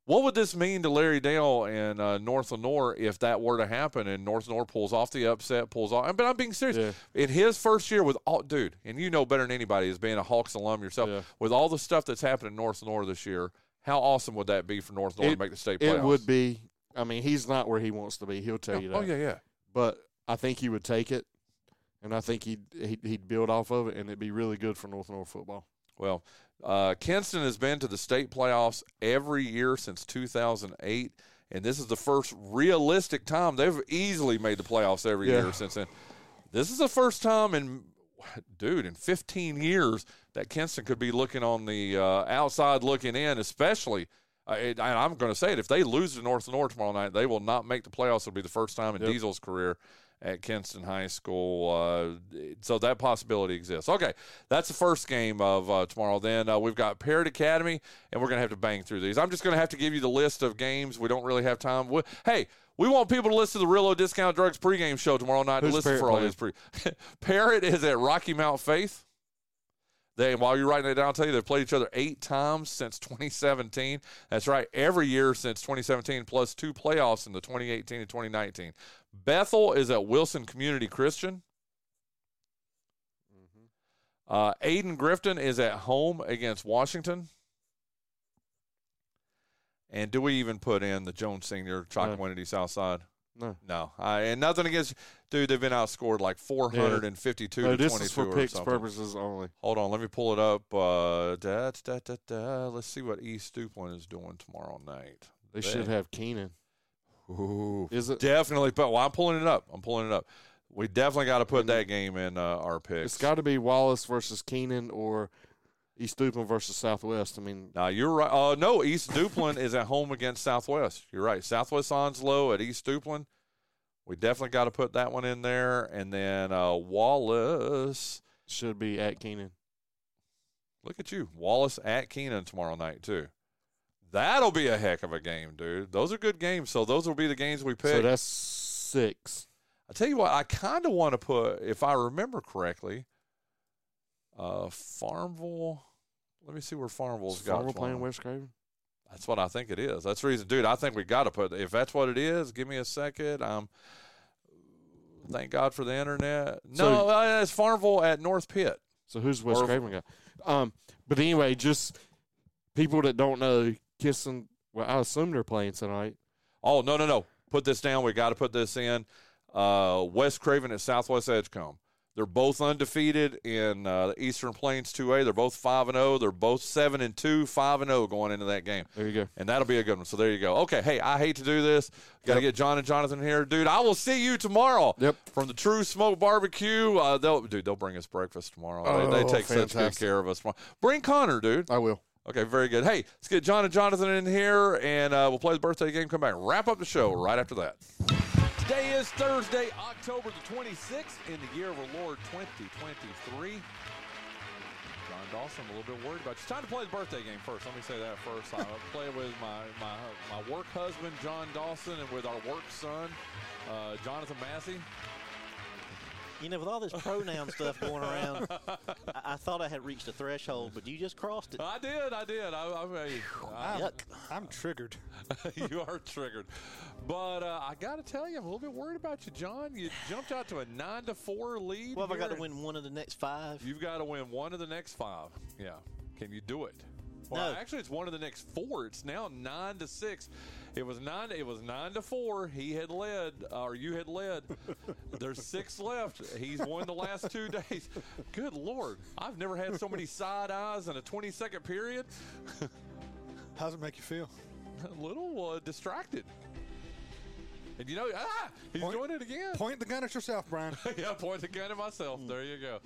Speaker 2: What would this mean to Larry Dale and uh, North Lenore if that were to happen and North Lenore pulls off the upset, pulls off? But I'm being serious.
Speaker 3: Yeah.
Speaker 2: In his first year with all, dude, and you know better than anybody as being a Hawks alum yourself,
Speaker 3: Yeah.
Speaker 2: with all the stuff that's happened in North Lenore this year, how awesome would that be for North Lenore
Speaker 3: It-
Speaker 2: to make the state playoffs?
Speaker 3: It would be. I mean, he's not where he wants to be. He'll tell you that.
Speaker 2: Oh yeah, yeah.
Speaker 3: But I think he would take it, and I think he'd he'd, he'd build off of it, and it'd be really good for North North football.
Speaker 2: Well, uh, Kinston has been to the state playoffs every year since 2008, and this is the first realistic time they've easily made the playoffs every
Speaker 3: Yeah.
Speaker 2: year since then. This is the first time in, dude, in 15 years that Kinston could be looking on the uh, outside looking in, especially. Uh, it, and I'm going to say it: if they lose to North North tomorrow night, they will not make the playoffs. It'll be the first time in
Speaker 3: Yep.
Speaker 2: Diesel's career at Kinston High School. Uh, so that possibility exists. Okay, that's the first game of uh, tomorrow. Then uh, we've got Parrot Academy, and we're going to have to bang through these. I'm just going to have to give you the list of games. We don't really have time. We, hey, we want people to listen to the Real Low Discount Drugs pregame show tomorrow night.
Speaker 3: Who's
Speaker 2: to listen
Speaker 3: Parrot
Speaker 2: for all
Speaker 3: playing?
Speaker 2: these pre. Parrot is at Rocky Mount Faith. They, while you're writing it down, I'll tell you they've played each other eight times since 2017. That's right, every year since 2017, plus two playoffs in the 2018 and 2019. Bethel is at Wilson Community Christian. Uh, Aiden Grifton is at home against Washington. And do we even put in the Jones Senior
Speaker 3: No.
Speaker 2: Chocowinity Southside?
Speaker 3: No.
Speaker 2: No. I, and nothing against, dude, they've been outscored like 452
Speaker 3: No,
Speaker 2: to
Speaker 3: this
Speaker 2: 22
Speaker 3: is for
Speaker 2: or
Speaker 3: picks
Speaker 2: something.
Speaker 3: purposes only.
Speaker 2: Hold on, let me pull it up. Uh, da, da, da, da. Let's see what East Duplin is doing tomorrow night.
Speaker 3: They should have Keenan.
Speaker 2: Ooh,
Speaker 3: Is it?
Speaker 2: definitely. But well, I'm pulling it up. I'm pulling it up. We definitely got to put that game in uh, our picks.
Speaker 3: It's got to be Wallace versus Keenan or East Duplin versus Southwest. I mean,
Speaker 2: Now you're right. Uh, no, East Duplin is at home against Southwest. You're right. Southwest Onslow at East Duplin. We definitely got to put that one in there. And then uh, Wallace.
Speaker 3: should be at Keenan.
Speaker 2: Look at you, Wallace at Keenan tomorrow night too. That'll be a heck of a game, dude. Those are good games. So those will be the games we pick.
Speaker 3: So that's six.
Speaker 2: I tell you what, I kind of want to put, if I remember correctly, uh, Farmville. Let me see where Farmville's
Speaker 3: Is
Speaker 2: got.
Speaker 3: Farmer
Speaker 2: tomorrow.
Speaker 3: playing West Craven?
Speaker 2: That's what I think it is. That's the reason, dude. I think we got to put. If that's what it is, give me a second. Um, thank God for the internet. No,
Speaker 3: So-
Speaker 2: uh, it's Farmville at North Pitt.
Speaker 3: So who's West
Speaker 2: Or-
Speaker 3: Craven got? Um, but anyway, just people that don't know, kissing. Well, I assume they're playing tonight.
Speaker 2: Oh no, no, no! Put this down. We got to put this in. Uh, West Craven at Southwest Edgecombe. They're both undefeated in uh, the Eastern Plains 2A. They're both five and zero. They're both seven and two, five and zero going into that game.
Speaker 3: There you go.
Speaker 2: And that'll be a good one. So there you go. Okay. Hey, I hate to do this. Got to
Speaker 3: Yep.
Speaker 2: get John and Jonathan here, dude. I will see you tomorrow.
Speaker 3: Yep.
Speaker 2: From the True Smoke Barbecue, uh, they'll dude. They'll bring us breakfast tomorrow. they, they
Speaker 3: Oh,
Speaker 2: take such good
Speaker 3: fantastic.
Speaker 2: care of us. tomorrow. Bring Connor, dude.
Speaker 3: I will.
Speaker 2: Okay, very good. Hey, let's get John and Jonathan in here, and uh, we'll play the birthday game. Come back, wrap up the show right after that. Today is Thursday, October the 26th, in the year of our Lord 2023. John Dawson, a little bit worried about you. It's time to play the birthday game first. Let me say that first. I play with my, my my work husband, John Dawson, and with our work son, uh, Jonathan Massey.
Speaker 4: You know, with all this pronoun stuff going around, I, I thought I had reached a threshold, but you just crossed it.
Speaker 2: I did, I did. I, I, mean, I,
Speaker 4: Yuck.
Speaker 5: I'm triggered.
Speaker 2: you are triggered. But uh, I got to tell you, I'm a little bit worried about you, John. You jumped out to a nine to four lead.
Speaker 4: Well, if I got
Speaker 2: here,
Speaker 4: to win one of the next five,
Speaker 2: and You've got to win one of the next five. Yeah, can you do it? Well,
Speaker 4: No.
Speaker 2: actually, it's one of the next four. It's now nine to six. It was nine. It was nine to four. He had led, uh, or you had led. There's six left. He's won the last two days. Good lord, I've never had so many side eyes in a 20 second period.
Speaker 5: How's it make you feel?
Speaker 2: a little uh, distracted. And you know, ah, he's
Speaker 5: Point-
Speaker 2: doing it again.
Speaker 5: Point the gun at yourself, Brian.
Speaker 2: yeah, point the gun at myself. There you go.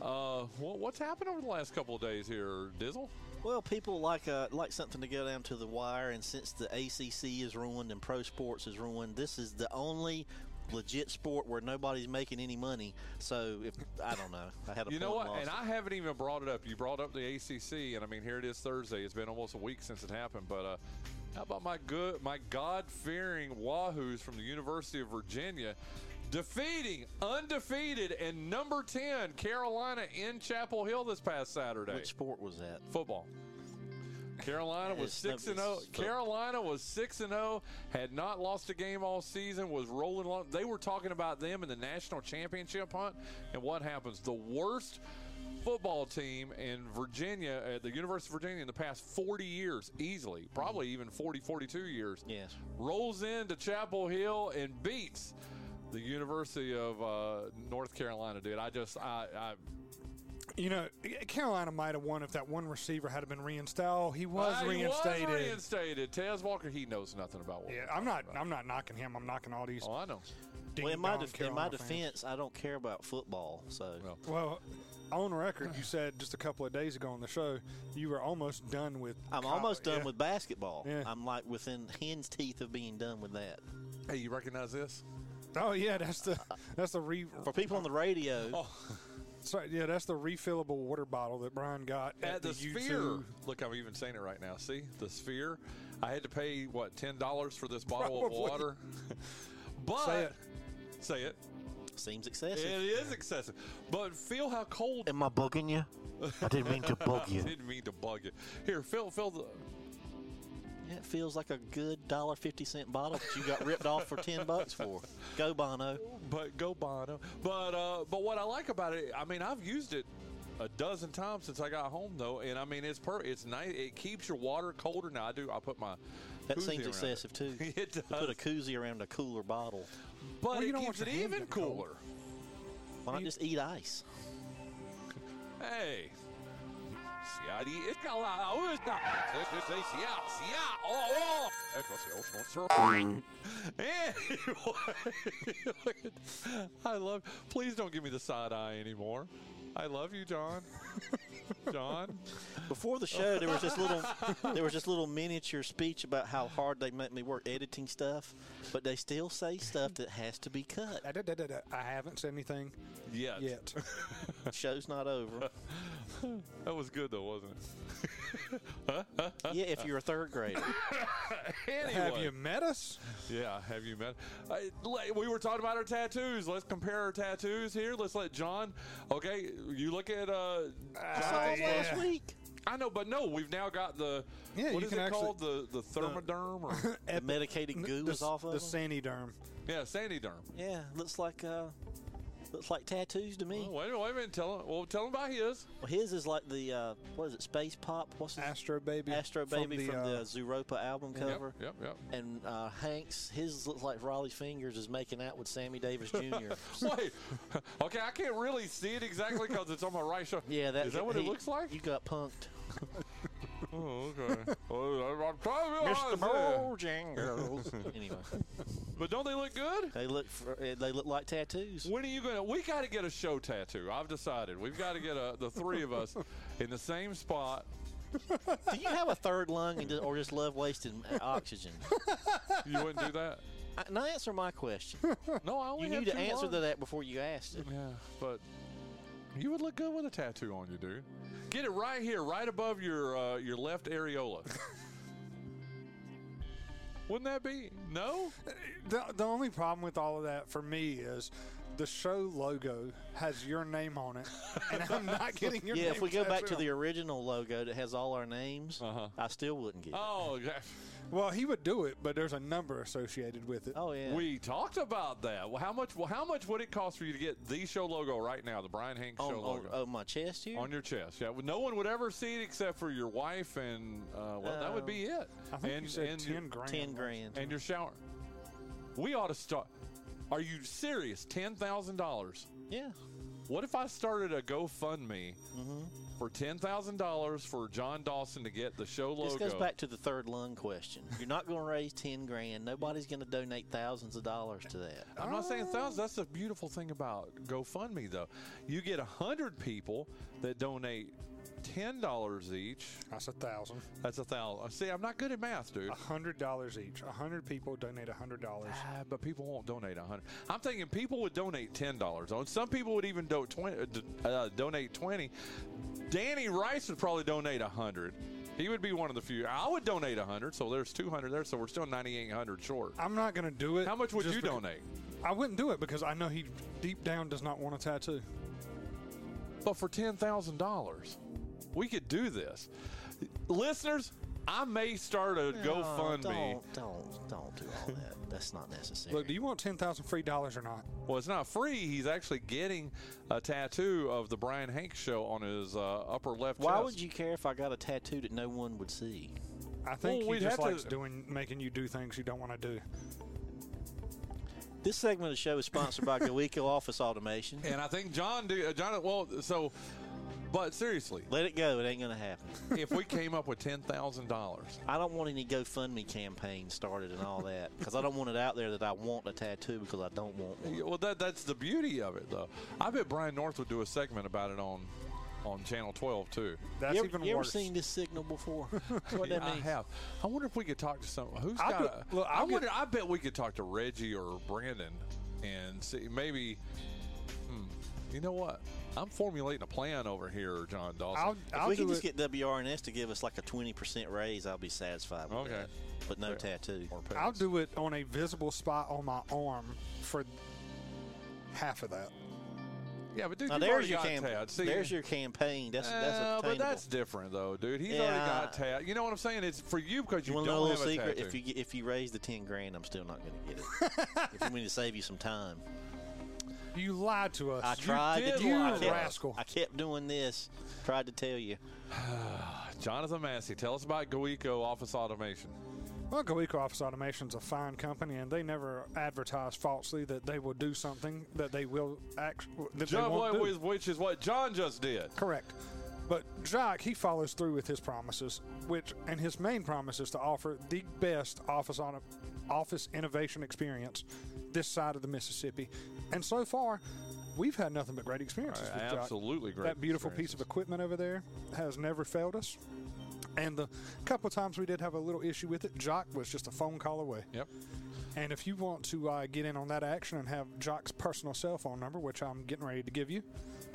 Speaker 2: Uh, wha- what's happened over the last couple of days here, Dizzle?
Speaker 4: well, people like uh, like something to go down to the wire, and since the ACC is ruined and pro sports is ruined, this is the only legit sport where nobody's making any money. So if I don't know, I had a
Speaker 2: You
Speaker 4: point
Speaker 2: know what?
Speaker 4: lost.
Speaker 2: And I haven't even brought it up. You brought up the ACC, and I mean, here it is Thursday. It's been almost a week since it happened. But uh, how about my good, my God-fearing Wahoos from the University of Virginia defeating undefeated and number ten Carolina in Chapel Hill this past Saturday?
Speaker 4: Which sport was that?
Speaker 2: Football. Carolina was
Speaker 4: It's no-
Speaker 2: six and zero.
Speaker 4: it's-
Speaker 2: Carolina was six and zero. Had not lost a game all season. Was rolling along. They were talking about them in the national championship hunt. And what happens? The worst football team in Virginia, at the University of Virginia, in the past 40 years, easily, probably even 40, 42 years.
Speaker 4: Yes.
Speaker 2: Rolls into Chapel Hill and beats the University of uh, North Carolina. Dude, I just, I, I
Speaker 5: You know, Carolina might have won if that one receiver had been reinstalled. He was
Speaker 2: Ah, he
Speaker 5: reinstated.
Speaker 2: Was reinstated. Tez Walker, he knows nothing about what.
Speaker 5: yeah, I'm not. I'm not knocking him. I'm knocking all these.
Speaker 2: Oh, I know.
Speaker 5: ding
Speaker 4: Well, in my,
Speaker 5: dong
Speaker 4: def- in my
Speaker 5: Carolina fans.
Speaker 4: defense, I don't care about football. So
Speaker 2: Well.
Speaker 5: Well, on record, you said just a couple of days ago on the show you were almost done with.
Speaker 4: I'm
Speaker 5: co-
Speaker 4: almost done
Speaker 5: yeah.
Speaker 4: with basketball.
Speaker 5: Yeah.
Speaker 4: I'm like within hen's teeth of being done with that.
Speaker 2: Hey, you recognize this?
Speaker 5: Oh yeah, that's the that's the re.
Speaker 4: For people on the radio,
Speaker 2: Oh.
Speaker 5: sorry, yeah, that's the refillable water bottle that Brian got at,
Speaker 2: At the,
Speaker 5: U2.
Speaker 2: sphere. Look, I'm even saying it right now. See the sphere. I had to pay what ten dollars for this bottle
Speaker 5: Probably.
Speaker 2: of water. but
Speaker 5: Say it.
Speaker 2: Say it.
Speaker 4: seems
Speaker 2: It
Speaker 4: excessive.
Speaker 2: is excessive. But feel how cold.
Speaker 4: Am I bugging you? I didn't mean to bug
Speaker 2: I didn't mean to bug you. Here, Phil. Phil. The,
Speaker 4: It feels like a good dollar fifty cent bottle that you got ripped off for ten bucks for. Go Bono.
Speaker 2: but go Bono. But uh, but what I like about it, I mean, I've used it a dozen times since I got home though, and I mean, it's per it's nice. It keeps your water colder. Now I do. I put my
Speaker 4: That
Speaker 2: koozie
Speaker 4: seems
Speaker 2: around
Speaker 4: excessive too.
Speaker 2: It, it does.
Speaker 4: To put a koozie around a cooler bottle.
Speaker 2: but
Speaker 5: Well, you
Speaker 2: it
Speaker 5: don't
Speaker 2: keeps
Speaker 5: want
Speaker 2: it
Speaker 5: your hand
Speaker 2: even
Speaker 5: getting cold.
Speaker 2: cooler.
Speaker 4: Why not just eat ice?
Speaker 2: Hey. Siadi Ikala Uta. This is a Sia- Sia- oh, oh. It was the ocean surf. Anyway, I love. Please don't give me the side eye anymore. I love you, John. John.
Speaker 4: Before the show, there was this little there was this little miniature speech about how hard they make me work editing stuff, but they still say stuff that has to be cut.
Speaker 5: I did- did- did- I haven't said anything
Speaker 2: Yes.
Speaker 5: yet.
Speaker 4: Show's not over.
Speaker 2: That was good though, wasn't
Speaker 4: Yeah, if you're a third grader.
Speaker 2: it? Anyway.
Speaker 5: Have you met us?
Speaker 2: Yeah, have you met? I, le- we were talking about our tattoos. Let's compare our tattoos here. Let's let John. Okay, you look at. Uh,
Speaker 5: I
Speaker 4: Saw him last week.
Speaker 2: I know, but no, we've now got the.
Speaker 5: Yeah,
Speaker 2: what
Speaker 5: you
Speaker 2: is
Speaker 5: can
Speaker 2: it
Speaker 5: actually-
Speaker 2: called? The the thermoderm or
Speaker 4: The medicated goo
Speaker 5: the,
Speaker 4: was off of
Speaker 5: the
Speaker 4: him.
Speaker 5: sandy derm.
Speaker 2: yeah, sandy derm.
Speaker 4: Yeah, looks like uh, looks like tattoos to me.
Speaker 2: Oh, wait a minute, wait a minute. Tell him. Well, tell him about his.
Speaker 4: Well, his is like the uh, what is it? Space Pop. What's his
Speaker 5: Astro baby.
Speaker 4: Astro Baby from the,
Speaker 5: uh,
Speaker 4: Zuropa album cover.
Speaker 2: Yep, yep,
Speaker 4: And uh, Hanks, his looks like Raleigh Fingers is making out with Sammy Davis Jr.
Speaker 2: yep. Wait. okay, I can't really see it exactly because it's on my right shoulder.
Speaker 4: yeah, that
Speaker 2: is that what
Speaker 4: he-
Speaker 2: it looks like?
Speaker 4: You got punked,
Speaker 2: Oh, okay. Oh, I'm trying to be honest here.
Speaker 4: Bojangles. anyway,
Speaker 2: But don't they look good?
Speaker 4: they look for, uh, they look like tattoos.
Speaker 2: When are you gonna? We got to get a show tattoo. I've decided. We've got to get a, the three of us in the same spot.
Speaker 4: Do you have a third lung and, or just love wasting oxygen?
Speaker 2: You wouldn't do that.
Speaker 4: I, now answer my question.
Speaker 2: No, I only
Speaker 4: You
Speaker 2: have
Speaker 4: need to
Speaker 2: two
Speaker 4: answer
Speaker 2: lungs.
Speaker 4: to that before you asked it.
Speaker 2: Yeah, but you would look good with a tattoo on you, dude. Get it right here, right above your uh, your left areola. Wouldn't that be no?
Speaker 5: the, the only problem with all of that for me is the show logo has your name on it, and I'm not getting your
Speaker 4: Yeah,
Speaker 5: name.
Speaker 4: if we go back to
Speaker 5: tattooed
Speaker 4: the original logo that has all our names, I still wouldn't get it.
Speaker 2: Uh-huh. Oh, yeah.
Speaker 5: on- well, he would do it, but there's a number associated with it.
Speaker 4: Oh yeah.
Speaker 2: we talked about that. Well, how much? Well, how much would it cost for you to get the show logo right now, the Brian Hanks
Speaker 4: on,
Speaker 2: show
Speaker 4: on, uh,
Speaker 2: logo?
Speaker 4: on my chest here.
Speaker 2: on your chest. Yeah, no one would ever see it except for your wife, and uh, well, that would be it.
Speaker 5: Oh. I think
Speaker 2: and,
Speaker 5: you said
Speaker 2: and
Speaker 5: ten
Speaker 2: your,
Speaker 5: grand.
Speaker 4: Ten grand.
Speaker 2: and your shower. We ought to start. Are you serious? Ten thousand dollars.
Speaker 4: yeah.
Speaker 2: What if I started a GoFundMe
Speaker 5: Mm-hmm.
Speaker 2: for ten thousand dollars for John Dawson to get the show logo?
Speaker 4: This goes back to the third lung question. You're not going to raise ten grand. Nobody's going to donate thousands of dollars to that.
Speaker 2: I'm not saying
Speaker 5: Oh.
Speaker 2: thousands. That's the beautiful thing about GoFundMe, though. You get a hundred people that donate ten dollars each.
Speaker 5: That's a thousand.
Speaker 2: That's a thousand. See, I'm not good at math, dude.
Speaker 5: A hundred dollars each. A hundred people donate a hundred dollars.
Speaker 2: Ah, but people won't donate a hundred. I'm thinking people would donate ten dollars. Some people would even do 20, uh, d- uh, donate twenty. Danny Rice would probably donate a hundred. He would be one of the few. I would donate a hundred, so there's two hundred there. So we're still ninety eight hundred short.
Speaker 5: I'm not going to do it.
Speaker 2: How much would
Speaker 5: just
Speaker 2: you
Speaker 5: because-
Speaker 2: donate?
Speaker 5: I wouldn't do it because I know he deep down does not want a tattoo.
Speaker 2: But for ten thousand dollars, we could do this. Listeners, I may start a GoFundMe.
Speaker 4: Don't, don't, don't do all that. That's not necessary.
Speaker 5: Look, do you want ten thousand free dollars or not?
Speaker 2: Well, it's not free. He's actually getting a tattoo of the Brian Hanks show on his uh, upper left
Speaker 4: Why
Speaker 2: chest.
Speaker 4: would you care if I got a tattoo that no one would see?
Speaker 5: I think
Speaker 2: Well, we'd
Speaker 5: he just
Speaker 2: have to-
Speaker 5: likes doing, making you do things you don't want to do.
Speaker 4: This segment of the show is sponsored by GoEco Office Automation.
Speaker 2: And I think John, do, uh, John. Well, so, but seriously,
Speaker 4: Let it go. It ain't gonna happen.
Speaker 2: if we came up with ten thousand dollars,
Speaker 4: I don't want any GoFundMe campaign started and all that because I don't want it out there that I want a tattoo because I don't want one.
Speaker 2: eh, well, that that's the beauty of it, though. I bet Brian North would do a segment about it on on Channel Twelve too.
Speaker 5: That's
Speaker 4: you ever,
Speaker 5: even
Speaker 4: you ever
Speaker 5: worse.
Speaker 4: seen this signal before? what that
Speaker 2: I
Speaker 4: means?
Speaker 2: have. I wonder if we could talk to someone who's
Speaker 5: I'll
Speaker 2: got. a,
Speaker 5: do- look,
Speaker 2: I
Speaker 5: I'll
Speaker 2: wonder. I bet we could talk to Reggie or Brandon and see maybe. hmm, you know what? I'm formulating a plan over here, John Dawson.
Speaker 5: I'll,
Speaker 4: If
Speaker 5: I'll
Speaker 4: we
Speaker 5: do
Speaker 4: can
Speaker 5: it.
Speaker 4: just get WRNS to give us like a twenty percent raise, I'll be satisfied with
Speaker 2: Okay.
Speaker 4: that. But no
Speaker 2: Fair.
Speaker 4: tattoo.
Speaker 2: Or
Speaker 5: I'll
Speaker 2: Pez.
Speaker 5: do it on a visible spot on my arm for half of that.
Speaker 2: Yeah, but dude,
Speaker 4: Now
Speaker 2: you've
Speaker 4: there's
Speaker 2: already
Speaker 4: your
Speaker 2: got
Speaker 4: campaign.
Speaker 2: tats. See,
Speaker 4: There's your campaign. That's that's
Speaker 2: Uh,
Speaker 4: obtainable.
Speaker 2: but that's different though, dude. He's already
Speaker 4: Yeah.
Speaker 2: got tat. You know what I'm saying? It's for you because you,
Speaker 4: you want to know
Speaker 2: don't
Speaker 4: a little
Speaker 2: have a
Speaker 4: secret?
Speaker 2: tattoo.
Speaker 4: If you get- if you raise the ten grand, I'm still not going to get it. if you mean to save you some time,
Speaker 5: You lied to us.
Speaker 4: I tried
Speaker 2: did
Speaker 4: to.
Speaker 2: You
Speaker 4: I
Speaker 2: lie.
Speaker 4: kept-
Speaker 5: rascal.
Speaker 4: I kept doing this. Tried to tell you.
Speaker 2: Ah, Jonathan Massey, tell us about GoEco Office Automation.
Speaker 5: Well, GoEco Office Automation's a fine company, and they never advertise falsely that they will do something that they will act that they
Speaker 2: John,
Speaker 5: won't
Speaker 2: what,
Speaker 5: do.
Speaker 2: with, which is what John just did.
Speaker 5: Correct. But Jock, he follows through with his promises, which and his main promise is to offer the best office on office innovation experience this side of the Mississippi. And so far, we've had nothing but great experiences with Jock.
Speaker 2: Absolutely great.
Speaker 5: That beautiful piece of equipment over there has never failed us. And the couple of times we did have a little issue with it, Jock was just a phone call away.
Speaker 2: Yep.
Speaker 5: And if you want to uh, get in on that action and have Jock's personal cell phone number, which I'm getting ready to give you,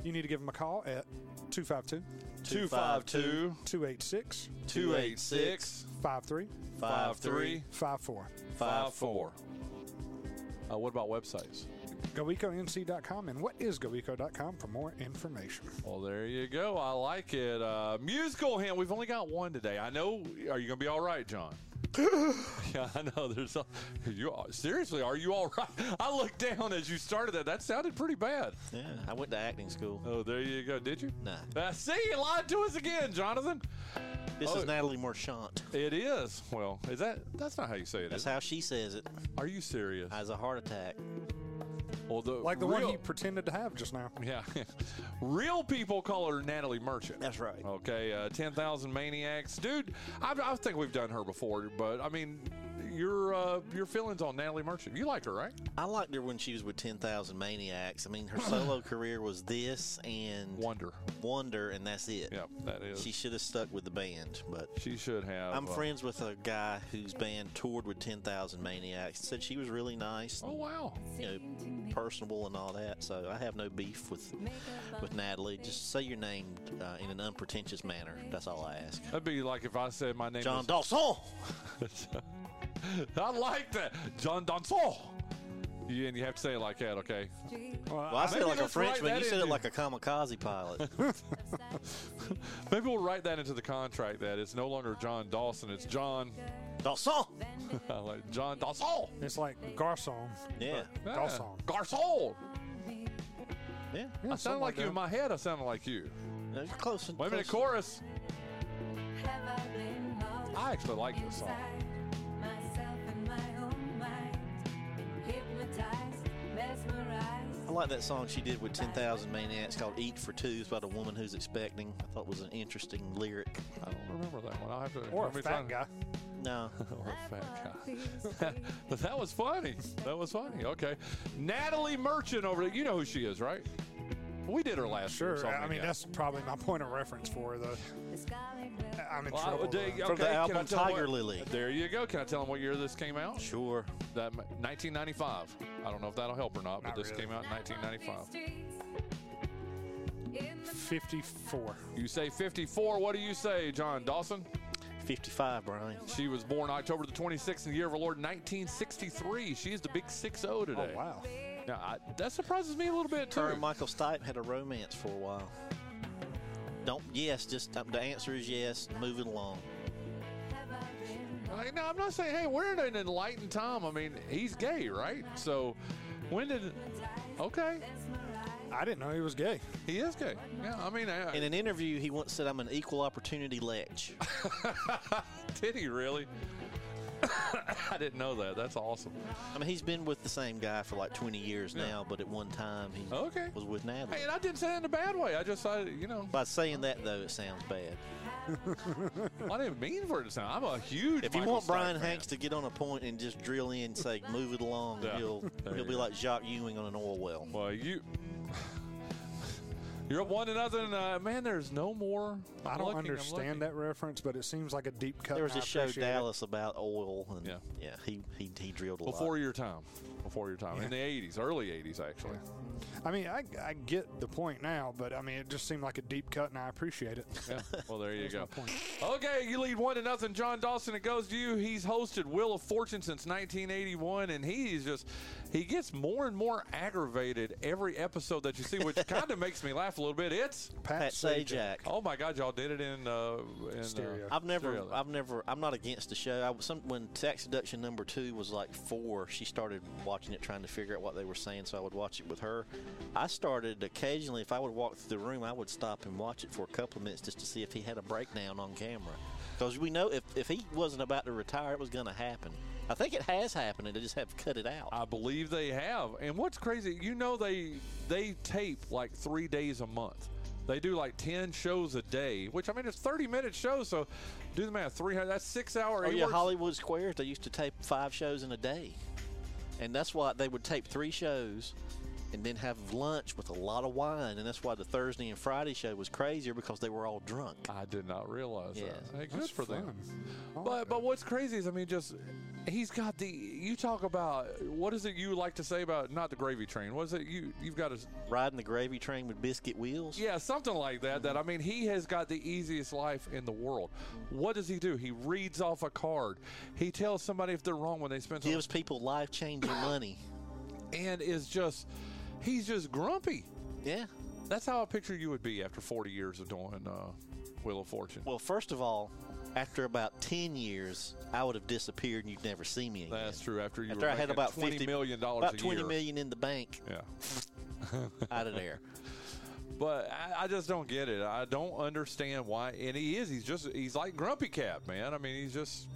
Speaker 5: you need to give him a call at 252
Speaker 4: 252
Speaker 5: 286
Speaker 4: 286
Speaker 5: 5354.
Speaker 2: 5354.
Speaker 4: 5354.
Speaker 2: Uh, what about websites?
Speaker 5: GoEcoNC.com. And what is GoEco.com for more information?
Speaker 2: Well, there you go. I like it. Uh, musical hint. We've only got one today. I know. Are you going to be all right, John? yeah, I know. There's a, you. are- Seriously, are you all right? I looked down as you started that. That sounded pretty bad.
Speaker 4: Yeah, I went to acting school.
Speaker 2: Oh, there you go. Did you?
Speaker 4: Nah.
Speaker 2: Uh, see, you lied to us again, Jonathan.
Speaker 4: This
Speaker 2: oh.
Speaker 4: is Natalie Marchant.
Speaker 2: It is. Well, is that? That's not how you say it.
Speaker 4: That's
Speaker 2: Is. it?
Speaker 4: how she says it.
Speaker 2: Are you serious?
Speaker 4: Has a heart attack.
Speaker 2: Well, the
Speaker 5: Like the
Speaker 2: real,
Speaker 5: one he pretended to have just now.
Speaker 2: Yeah. Real people call her Natalie Merchant.
Speaker 4: That's right.
Speaker 2: Okay, uh, 10,000 Maniacs. Dude, I, I think we've done her before, but I mean, your uh, your feelings on Natalie Merchant. You like her, right?
Speaker 4: I liked her when she was with Ten Thousand Maniacs. I mean, her solo career was this and
Speaker 2: Wonder.
Speaker 4: Wonder, and that's it.
Speaker 2: Yeah, that is.
Speaker 4: She
Speaker 2: She,
Speaker 4: should have stuck with the band, but
Speaker 2: should have.
Speaker 4: I'm
Speaker 2: uh,
Speaker 4: friends with a guy whose band toured with 10,000 Maniacs. Said she was really nice,
Speaker 2: Oh, wow.
Speaker 4: you know, personable and all that. So I have no beef with with Natalie. Just say your name uh, in an unpretentious manner. That's all I ask.
Speaker 2: That'd be like if I said my name
Speaker 4: John
Speaker 2: is-
Speaker 4: Dawson.
Speaker 2: I like that. John Donson. You, and you have to say it like that, okay?
Speaker 4: Well, I said
Speaker 2: maybe
Speaker 4: it like a
Speaker 2: that's right,
Speaker 4: Frenchman.
Speaker 2: that
Speaker 4: You
Speaker 2: is
Speaker 4: said it
Speaker 2: you.
Speaker 4: like a kamikaze pilot.
Speaker 2: Maybe we'll write that into the contract that it's no longer John Dawson, it's John,
Speaker 4: Dawson.
Speaker 2: I like John Dawson.
Speaker 5: It's like Garcon.
Speaker 4: Yeah.
Speaker 2: Yeah.
Speaker 5: Dawson.
Speaker 2: Garcon.
Speaker 4: Yeah.
Speaker 5: Yeah,
Speaker 2: I sound
Speaker 5: something
Speaker 2: like you in
Speaker 5: that.
Speaker 2: my head. I sounded like you.
Speaker 4: No, you're close.
Speaker 2: Wait a minute,
Speaker 4: close.
Speaker 2: chorus. I actually like this song.
Speaker 4: I like that song she did with 10,000 Maniacs called Eat for Two. It's about a woman who's expecting. I thought it was an interesting lyric.
Speaker 2: I don't remember that one. I'll have to.
Speaker 5: Or a
Speaker 2: let me
Speaker 5: fat
Speaker 2: find-
Speaker 5: guy.
Speaker 4: No.
Speaker 2: Or a fat guy. But that was funny. That was funny. Okay. Natalie Merchant over there. You know who she is, right? We did her last year. so
Speaker 5: Sure. I mean,
Speaker 2: yeah.
Speaker 5: that's probably my point of reference for the. I'm in
Speaker 2: Well, I-
Speaker 5: trouble. uh,
Speaker 2: they-
Speaker 5: though.
Speaker 2: okay,
Speaker 4: the
Speaker 2: can I
Speaker 4: album
Speaker 2: tell 'em
Speaker 4: Tiger
Speaker 2: what-
Speaker 4: Lily.
Speaker 2: There you go. Can I tell them what year this came out?
Speaker 4: Sure.
Speaker 2: That 1995. I don't know if that'll help or not, but
Speaker 5: Not
Speaker 2: this
Speaker 5: really.
Speaker 2: came out in 1995.
Speaker 5: 54.
Speaker 2: You say 54. What do you say, John Dawson?
Speaker 4: 55, Brian.
Speaker 2: She was born October the 26th in the year of our Lord 1963. She is the big 60
Speaker 5: Oh,
Speaker 2: today.
Speaker 5: wow.
Speaker 2: Now, I, that surprises me a little bit too.
Speaker 4: Her and Michael Stipe had a romance for a while. Don't, yes, just um, the answer is yes. Moving along.
Speaker 2: Like, no, I'm not saying, hey, we're in an enlightened time. I mean, he's gay, right? So when did. Okay,
Speaker 5: I didn't know he was gay.
Speaker 2: he is gay. Yeah, I mean, I,
Speaker 4: In an interview, he once said, "I'm an equal opportunity lech."
Speaker 2: did he really? I didn't know that. That's awesome.
Speaker 4: I mean, he's been with the same guy for like 20 years now, but at one time he
Speaker 2: Okay.
Speaker 4: was with Natalie.
Speaker 2: Oh. Hey, and I didn't say that in a bad way. I just, I, you know,
Speaker 4: By saying that though, it sounds bad.
Speaker 2: I didn't mean for it to sound. I'm a huge.
Speaker 4: If you
Speaker 2: Michael
Speaker 4: want
Speaker 2: Stipe
Speaker 4: Brian
Speaker 2: fan.
Speaker 4: Hanks to get on a point and just drill in, and say move it along,
Speaker 2: Yeah.
Speaker 4: he'll
Speaker 2: There
Speaker 4: he'll
Speaker 2: you
Speaker 4: be
Speaker 2: go.
Speaker 4: like Jacques Ewing on an oil well.
Speaker 2: Well, you. You're up one to nothing. Uh, man, there's no more. I'm
Speaker 5: I
Speaker 2: looking,
Speaker 5: don't
Speaker 2: I'm looking.
Speaker 5: understand that reference, but it seems like a deep cut.
Speaker 4: There was
Speaker 5: and
Speaker 4: a
Speaker 5: I
Speaker 4: show
Speaker 5: appreciate it.
Speaker 4: Dallas about oil, and
Speaker 2: Yeah.
Speaker 4: yeah, he, he he drilled a
Speaker 2: Before
Speaker 4: lot.
Speaker 2: your time. Before your time. In the 80s, early 80s, actually.
Speaker 5: I mean, I, I get the point now, but I mean, it just seemed like a deep cut, and I appreciate it.
Speaker 2: Yeah. Well, there you go.
Speaker 5: point.
Speaker 2: Okay, you lead one to nothing. John Dawson, it goes to you. He's hosted Wheel of Fortune since 1981, and he's just, he gets more and more aggravated every episode that you see, which kind of makes me laugh a little bit. It's,
Speaker 4: Pat Sajak.
Speaker 2: oh my God, y'all did it in, uh, in uh,
Speaker 5: Stereo.
Speaker 4: I've never,
Speaker 2: Stereo.
Speaker 4: I've never, I'm not against the show. I, was- some, when tax deduction number two was like four, she started watching it, trying to figure out what they were saying, so I would watch it with her. I started occasionally, if I would walk through the room, I would stop and watch it for a couple of minutes just to see if he had a breakdown on camera. Because we know if, if he wasn't about to retire, it was going to happen. I think it has happened, and they just have cut it out.
Speaker 2: I believe they have. And what's crazy, you know they they tape like three days a month. They do like ten shows a day, which I mean it's thirty minute shows. So do the math, three hundred. That's six hour.
Speaker 4: Oh
Speaker 2: he
Speaker 4: yeah,
Speaker 2: works-
Speaker 4: Hollywood Squares. They used to tape five shows in a day, and that's why they would tape three shows, and then have lunch with a lot of wine. And that's why the Thursday and Friday show was crazier because they were all drunk.
Speaker 2: I did not realize
Speaker 4: Yeah.
Speaker 2: that. Hey, good
Speaker 5: That's
Speaker 2: for them.
Speaker 5: fun.
Speaker 2: But but what's crazy is I mean just he's got the you talk about what is it you like to say about not the gravy train? What is it you you've got to
Speaker 4: Riding the gravy train with biscuit wheels.
Speaker 2: Yeah, something like that.
Speaker 4: Mm-hmm.
Speaker 2: That I mean, he has got the easiest life in the world. What does he do? He reads off a card. He tells somebody if they're wrong when they spend some,
Speaker 4: Gives people life changing money.
Speaker 2: and is just he's just grumpy.
Speaker 4: Yeah.
Speaker 2: That's how I picture you would be after 40 years of doing uh, Wheel of Fortune.
Speaker 4: Well, first of all, after about ten years, I would have disappeared and you'd never see me again.
Speaker 2: That's true. After you
Speaker 4: After
Speaker 2: were
Speaker 4: I had
Speaker 2: making
Speaker 4: about
Speaker 2: 20
Speaker 4: fifty
Speaker 2: million dollars
Speaker 4: about
Speaker 2: a
Speaker 4: twenty
Speaker 2: year.
Speaker 4: million in the bank,
Speaker 2: Yeah,
Speaker 4: out of there.
Speaker 2: but I, I just don't get it. I don't understand why. And he is. He's just. He's like Grumpy Cat, man. I mean, he's just.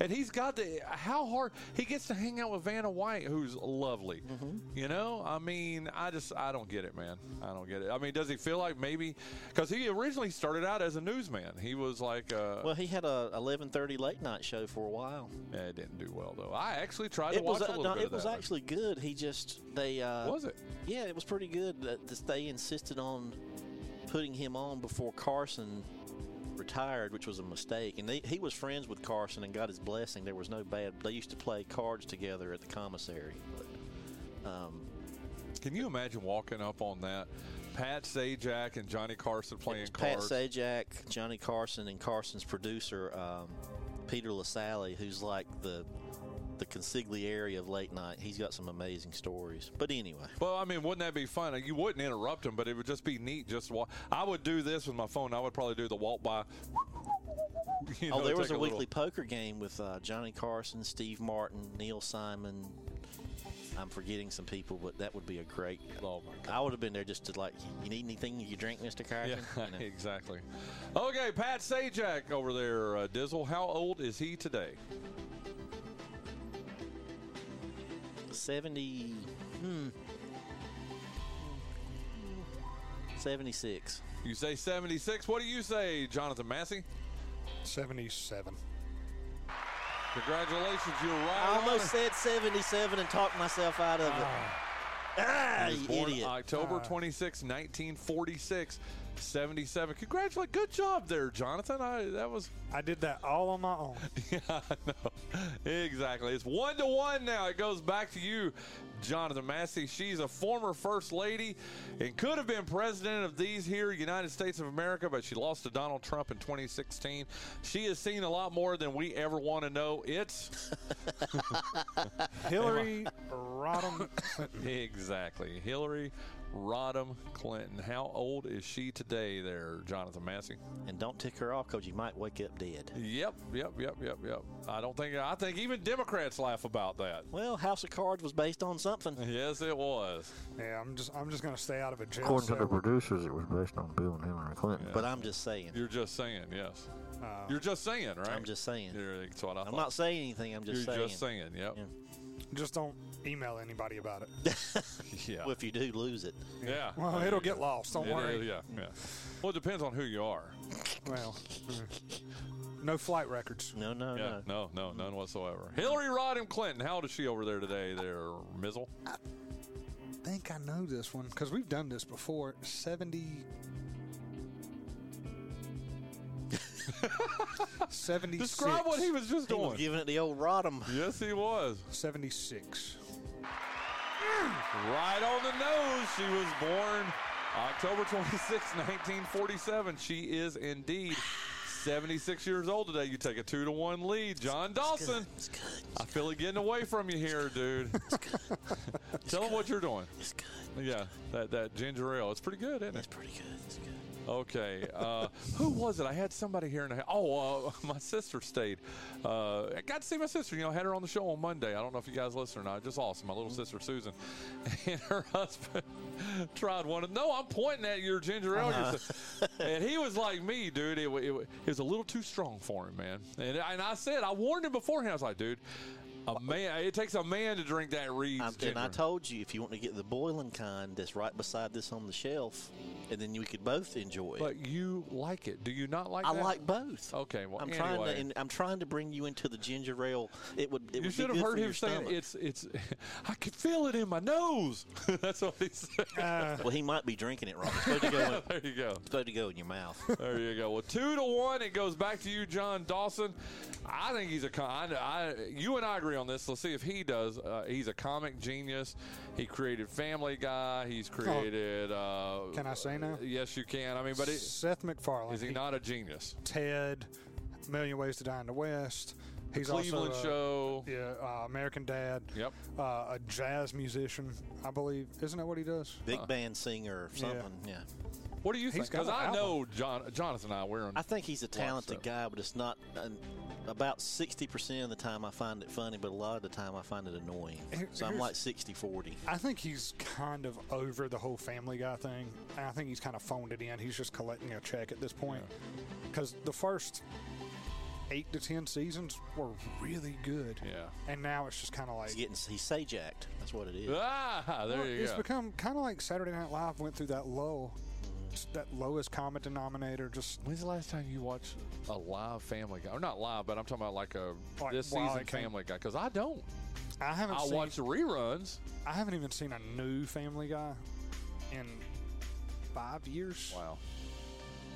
Speaker 2: And he's got the how hard he gets to hang out with Vanna White, who's lovely.
Speaker 4: Mm-hmm.
Speaker 2: You know, I mean, I just I don't get it, man. I don't get it. I mean, does he feel like maybe because he originally started out as a newsman? He was like, uh,
Speaker 4: Well, he had a eleven thirty late night show for a while.
Speaker 2: yeah, it didn't do well though. I actually tried to
Speaker 4: It
Speaker 2: watch
Speaker 4: was
Speaker 2: a little
Speaker 4: no,
Speaker 2: bit
Speaker 4: it
Speaker 2: of
Speaker 4: was
Speaker 2: that.
Speaker 4: actually good. He just they uh,
Speaker 2: was it?
Speaker 4: Yeah, it was pretty good. That that they insisted on putting him on before Carson retired, which was a mistake. And they, he was friends with Carson and got his blessing. There was no bad. They used to play cards together at the commissary. But, um,
Speaker 2: Can you imagine walking up on that? Pat Sajak and Johnny Carson playing
Speaker 4: Pat
Speaker 2: cards.
Speaker 4: Sajak, Johnny Carson, and Carson's producer um, Peter Lasalle, who's like the the consigliere of late night. He's got some amazing stories. But anyway.
Speaker 2: Well, I mean, wouldn't that be fun? You wouldn't interrupt him, but it would just be neat. Just walk. I would do this with my phone. I would probably do the walk by. You
Speaker 4: oh,
Speaker 2: know,
Speaker 4: there was
Speaker 2: take
Speaker 4: a, weekly
Speaker 2: little-
Speaker 4: poker game with uh, Johnny Carson, Steve Martin, Neil Simon. I'm forgetting some people, but that would be a great.
Speaker 2: Oh my
Speaker 4: I would have been there just to like, you need anything you drink, Mr.
Speaker 2: Yeah,
Speaker 4: Carson? You know.
Speaker 2: exactly. Okay, Pat Sajak over there, uh, Dizzle. How old is he today?
Speaker 4: 70. Hmm. 76.
Speaker 2: You say 76. What do you say, Jonathan Massey?
Speaker 5: 77.
Speaker 2: Congratulations, you're right.
Speaker 4: I
Speaker 2: on
Speaker 4: almost
Speaker 2: it.
Speaker 4: said 77 and talked myself out of it. Ah,
Speaker 2: He was
Speaker 4: you
Speaker 2: born
Speaker 4: idiot.
Speaker 2: October 26, 1946, 77. Congratulations. Good job there, Jonathan. I, that was
Speaker 5: I did that all on my own.
Speaker 2: Yeah, I know. Exactly. It's one to one now. It goes back to you, Jonathan Massey. She's a former first lady and could have been president of these here United States of America, but she lost to Donald Trump in 2016. She has seen a lot more than we ever want to know. It's
Speaker 5: Hillary Rodham Clinton.
Speaker 2: exactly Hillary Rodham Clinton. How old is she today, there, Jonathan Massey?
Speaker 4: And don't tick her off because you might wake up dead.
Speaker 2: Yep, yep, yep, yep, yep. I don't think I think even Democrats laugh about that.
Speaker 4: Well, House of Cards was based on something.
Speaker 2: Yes, it was.
Speaker 5: Yeah, I'm just I'm just gonna stay out of a jail
Speaker 6: According to the
Speaker 5: cell.
Speaker 6: producers, it was based on Bill and Hillary Clinton.
Speaker 4: But I'm just saying.
Speaker 2: You're just saying, yes.
Speaker 5: Uh,
Speaker 2: You're just saying, right?
Speaker 4: I'm just saying.
Speaker 2: You're, that's what I
Speaker 4: I'm
Speaker 2: thought.
Speaker 4: not saying anything. I'm just
Speaker 2: You're
Speaker 4: saying.
Speaker 2: just saying, yep.
Speaker 4: Yeah.
Speaker 5: Just don't email anybody about it.
Speaker 2: Yeah.
Speaker 4: Well, if you do lose it,
Speaker 2: yeah.
Speaker 5: Well, it'll get lost. Don't
Speaker 2: It
Speaker 5: worry.
Speaker 2: is, yeah, yeah. Well, it depends on who you are.
Speaker 5: Well, mm. no flight records.
Speaker 4: no, no,
Speaker 2: Yeah,
Speaker 4: no.
Speaker 2: no, no, none whatsoever. Hillary Rodham Clinton, how old is she over there today, there, Mizzle?
Speaker 5: I think I know this one because we've done this before. Seventy. 76.
Speaker 2: Describe what he was just
Speaker 4: He was
Speaker 2: doing.
Speaker 4: giving it the old Rodham.
Speaker 2: Yes, he was.
Speaker 5: 76.
Speaker 2: Right on the nose. She was born October 26, 1947. She is indeed 76 years old today. You take a two to one lead. John Dawson,
Speaker 4: It's good.
Speaker 2: I feel it getting away from you here, dude. Tell him what you're doing.
Speaker 4: It's good.
Speaker 2: Yeah, that, that ginger ale. It's pretty good, isn't it?
Speaker 4: It's pretty good. It's good.
Speaker 2: Okay. Uh, who was it? I had somebody here, and I, oh, uh, my sister stayed. Uh, I got to see my sister. You know, I had her on the show on Monday. I don't know if you guys listen or not. Just awesome. My little
Speaker 4: Mm-hmm.
Speaker 2: sister Susan and her husband tried one. of No, I'm pointing at your ginger ale.
Speaker 4: Uh-huh.
Speaker 2: Your si- and he was like me, dude. It, wa- it, wa- it was a little too strong for him, man. And, I- and I said, I warned him beforehand. I was like, dude. A man. It takes a man to drink that Reed's
Speaker 4: I'm, and I
Speaker 2: ginger.
Speaker 4: told you if you want to get the boiling kind that's right beside this on the shelf, and then we could both enjoy it.
Speaker 2: but you like it. Do you not like?
Speaker 4: I
Speaker 2: that?
Speaker 4: like both.
Speaker 2: Okay, well,
Speaker 4: I'm trying to.
Speaker 2: anyway.
Speaker 4: and I'm trying to bring you into the ginger ale. It would. It
Speaker 2: You
Speaker 4: would
Speaker 2: should
Speaker 4: be
Speaker 2: have
Speaker 4: good
Speaker 2: heard
Speaker 4: for
Speaker 2: him
Speaker 4: your
Speaker 2: saying
Speaker 4: stomach.
Speaker 2: it's it's. I could feel it in my nose. That's what he said.
Speaker 5: Uh,
Speaker 4: Well, he might be drinking it wrong. It's supposed to go. In,
Speaker 2: there you go.
Speaker 4: supposed to go in your mouth.
Speaker 2: There you go. Well, two to one. It goes back to you, John Dawson. I think he's a con. I, you and I agree on this. Let's see if he does. Uh, he's a comic genius. He created Family Guy. He's created. Uh,
Speaker 5: Oh. Can I say now?
Speaker 2: Yes, you can. I mean, but it,
Speaker 5: Seth MacFarlane.
Speaker 2: is he not a genius?
Speaker 5: Ted, Million Ways to Die in the West. He's
Speaker 2: Cleveland
Speaker 5: also uh, a,
Speaker 2: Show.
Speaker 5: Yeah, uh, American Dad.
Speaker 2: Yep.
Speaker 5: Uh, a jazz musician, I believe. Isn't that what he does?
Speaker 4: Big
Speaker 2: Uh.
Speaker 4: band singer or something. Yeah.
Speaker 2: What do you
Speaker 5: He's
Speaker 2: think? Because
Speaker 5: got an
Speaker 2: I know John, Jonathan and I we're on.
Speaker 4: I think he's a talented
Speaker 2: so.
Speaker 4: guy, but it's not. An, about 60% of the time I find it funny, but a lot of the time I find it annoying.
Speaker 5: Here-
Speaker 4: So I'm
Speaker 5: here's-
Speaker 4: like 60 40.
Speaker 5: I think he's kind of over the whole Family Guy thing. And I think he's kind of phoned it in. He's just collecting a check at this point. Because the first eight to ten seasons were really good.
Speaker 2: Yeah.
Speaker 5: And now it's just kind of
Speaker 4: He's
Speaker 5: like.
Speaker 4: getting he's say jacked. That's what it is.
Speaker 2: Ah, there
Speaker 5: Well,
Speaker 2: you
Speaker 5: it's
Speaker 2: go.
Speaker 5: become kind of like Saturday Night Live went through that lull, just that lowest common denominator. Just
Speaker 2: When's the last time you watched a live Family Guy? Or not live, but I'm talking about like a
Speaker 5: Like,
Speaker 2: this
Speaker 5: while
Speaker 2: season
Speaker 5: it came-
Speaker 2: Family Guy. Because I don't.
Speaker 5: I haven't.
Speaker 2: I
Speaker 5: seen,
Speaker 2: watch the reruns.
Speaker 5: I haven't even seen a new Family Guy in five years.
Speaker 2: Wow.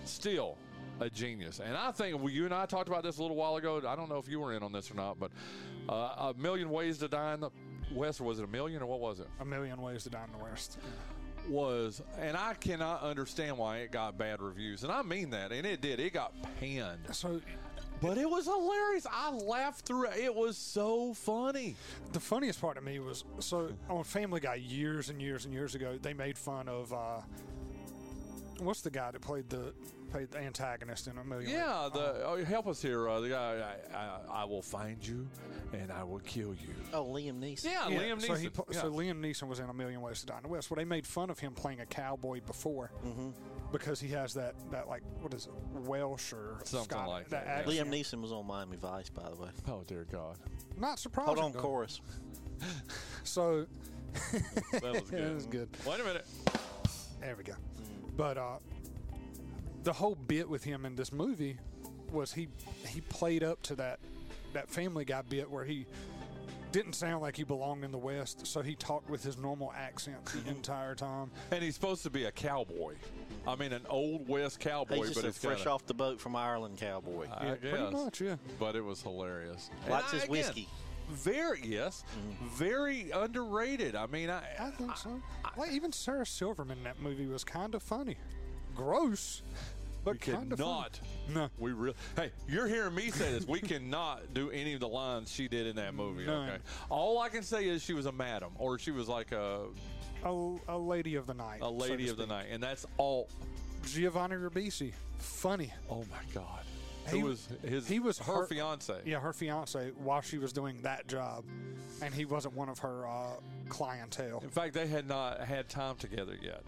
Speaker 2: Still a genius. And I think well, you and I talked about this a little while ago. I don't know if you were in on this or not, but uh, a million ways to die in the West. Was it a million or what was it?
Speaker 5: A million ways to die in the West.
Speaker 2: was, and I cannot understand why it got bad reviews, and I mean that, and it did. It got panned,
Speaker 5: So
Speaker 2: but it was hilarious. I laughed through it. It was so funny.
Speaker 5: the funniest part to me was so on Family Guy years and years and years ago they made fun of uh, what's the guy that played the played the antagonist in a million. Ways-
Speaker 2: Yeah, the oh, help us here. Uh, the guy, I, I, I will find you, and I will kill you.
Speaker 4: Oh, Liam Neeson.
Speaker 2: Yeah,
Speaker 5: Yeah,
Speaker 2: Liam Neeson.
Speaker 5: So, he, pl-
Speaker 2: yeah.
Speaker 5: so Liam Neeson was in A Million Ways to Die in the West. Well, they made fun of him playing a cowboy before
Speaker 2: Mm-hmm.
Speaker 5: because he has that, that like what is it Welsh or
Speaker 2: Something
Speaker 5: Scot-
Speaker 2: like
Speaker 5: that.
Speaker 2: that,
Speaker 5: accent.
Speaker 4: Liam Neeson was on Miami Vice, by the way.
Speaker 2: oh dear God,
Speaker 5: Not surprising.
Speaker 4: Hold on,
Speaker 5: though.
Speaker 4: chorus.
Speaker 5: So
Speaker 2: that was
Speaker 5: yeah,
Speaker 2: good.
Speaker 5: it was good.
Speaker 2: Wait a minute.
Speaker 5: There we go. But uh, the whole bit with him in this movie was he he played up to that that Family Guy bit where he didn't sound like he belonged in the West, so he talked with his normal accent the entire time.
Speaker 2: And he's supposed to be a cowboy. I mean, an old West cowboy,
Speaker 4: He's just
Speaker 2: but
Speaker 4: a
Speaker 2: it's
Speaker 4: fresh
Speaker 2: kinda, Uh,
Speaker 4: off the boat from Ireland cowboy.
Speaker 2: I
Speaker 5: Yeah,
Speaker 2: guess.
Speaker 5: pretty much, yeah.
Speaker 2: But it was hilarious. Mm. And
Speaker 4: Likes
Speaker 2: I-
Speaker 4: his
Speaker 2: again,
Speaker 4: whiskey.
Speaker 2: Very yes, very underrated. I mean, I,
Speaker 5: I think so. like even Sarah Silverman in that movie was kind of funny, gross,
Speaker 2: we
Speaker 5: but kind of
Speaker 2: cannot.
Speaker 5: No.
Speaker 2: We really. Hey, you're hearing me say this. We cannot do any of the lines she did in that movie.
Speaker 5: None.
Speaker 2: Okay. All I can say is she was a madam, or she was like a
Speaker 5: a, a lady of the night.
Speaker 2: a lady of the night, and that's all.
Speaker 5: Giovanni Ribisi, funny.
Speaker 2: Oh my God,
Speaker 5: He-
Speaker 2: who was his?
Speaker 5: he was
Speaker 2: her,
Speaker 5: hurt-
Speaker 2: fiance.
Speaker 5: Yeah, her fiance while she was doing that job, and he wasn't one of her uh, clientele.
Speaker 2: In fact, they had not had time together yet.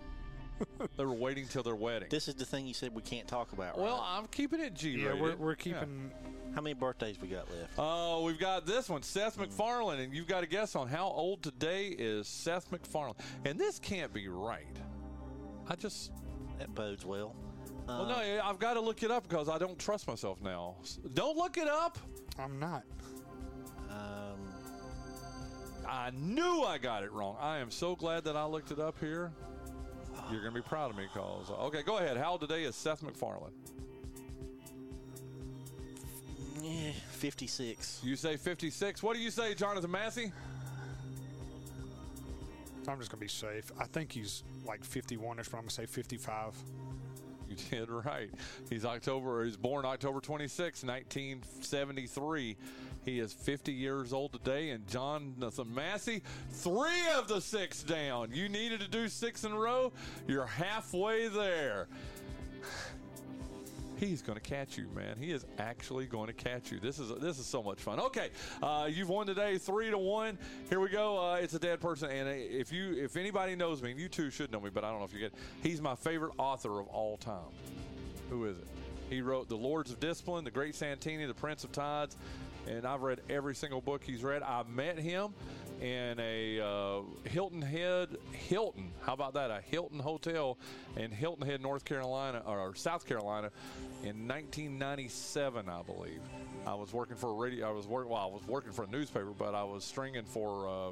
Speaker 2: they were waiting till their wedding.
Speaker 4: This is the thing you said we can't talk about.
Speaker 2: well,
Speaker 4: right?
Speaker 2: I'm keeping it G.
Speaker 5: Yeah, we're, we're keeping.
Speaker 4: how many birthdays we got left?
Speaker 2: Oh, we've got this one, Seth MacFarlane, and you've got to guess on how old today is Seth MacFarlane. And this can't be right. I just,
Speaker 4: That bodes well.
Speaker 2: well, no, I've got to look it up because I don't trust myself now. S- Don't look it up.
Speaker 5: I'm not.
Speaker 4: Um,
Speaker 2: I knew I got it wrong. I am so glad that I looked it up here. You're going to be proud of me, cause okay, go ahead. How old today is Seth MacFarlane?
Speaker 4: eh, 56.
Speaker 2: You say 56. What do you say, Jonathan Massey?
Speaker 5: I'm just gonna be safe. I think he's like 51ish, but I'm gonna say 55.
Speaker 2: You did right. He's October. He's born October 26, 1973. He is 50 years old today. And Jonathan Massey, three of the six down. You needed to do six in a row. You're halfway there. He's going to catch you, man. He is actually going to catch you. This is this is so much fun. Okay, uh, you've won today, three to one. Here we go. Uh, it's a dead person, and uh, if you if anybody knows me, and you two should know me, but I don't know if you get. He's my favorite author of all time. Who is it? He wrote The Lords of Discipline, The Great Santini, The Prince of Tides, and I've read every single book he's read. I met him in a uh, Hilton Head, Hilton, how about that? A Hilton Hotel in Hilton Head, North Carolina, or South Carolina in 1997, I believe. I was working for a radio, I was working, well, I was working for a newspaper, but I was stringing for, uh,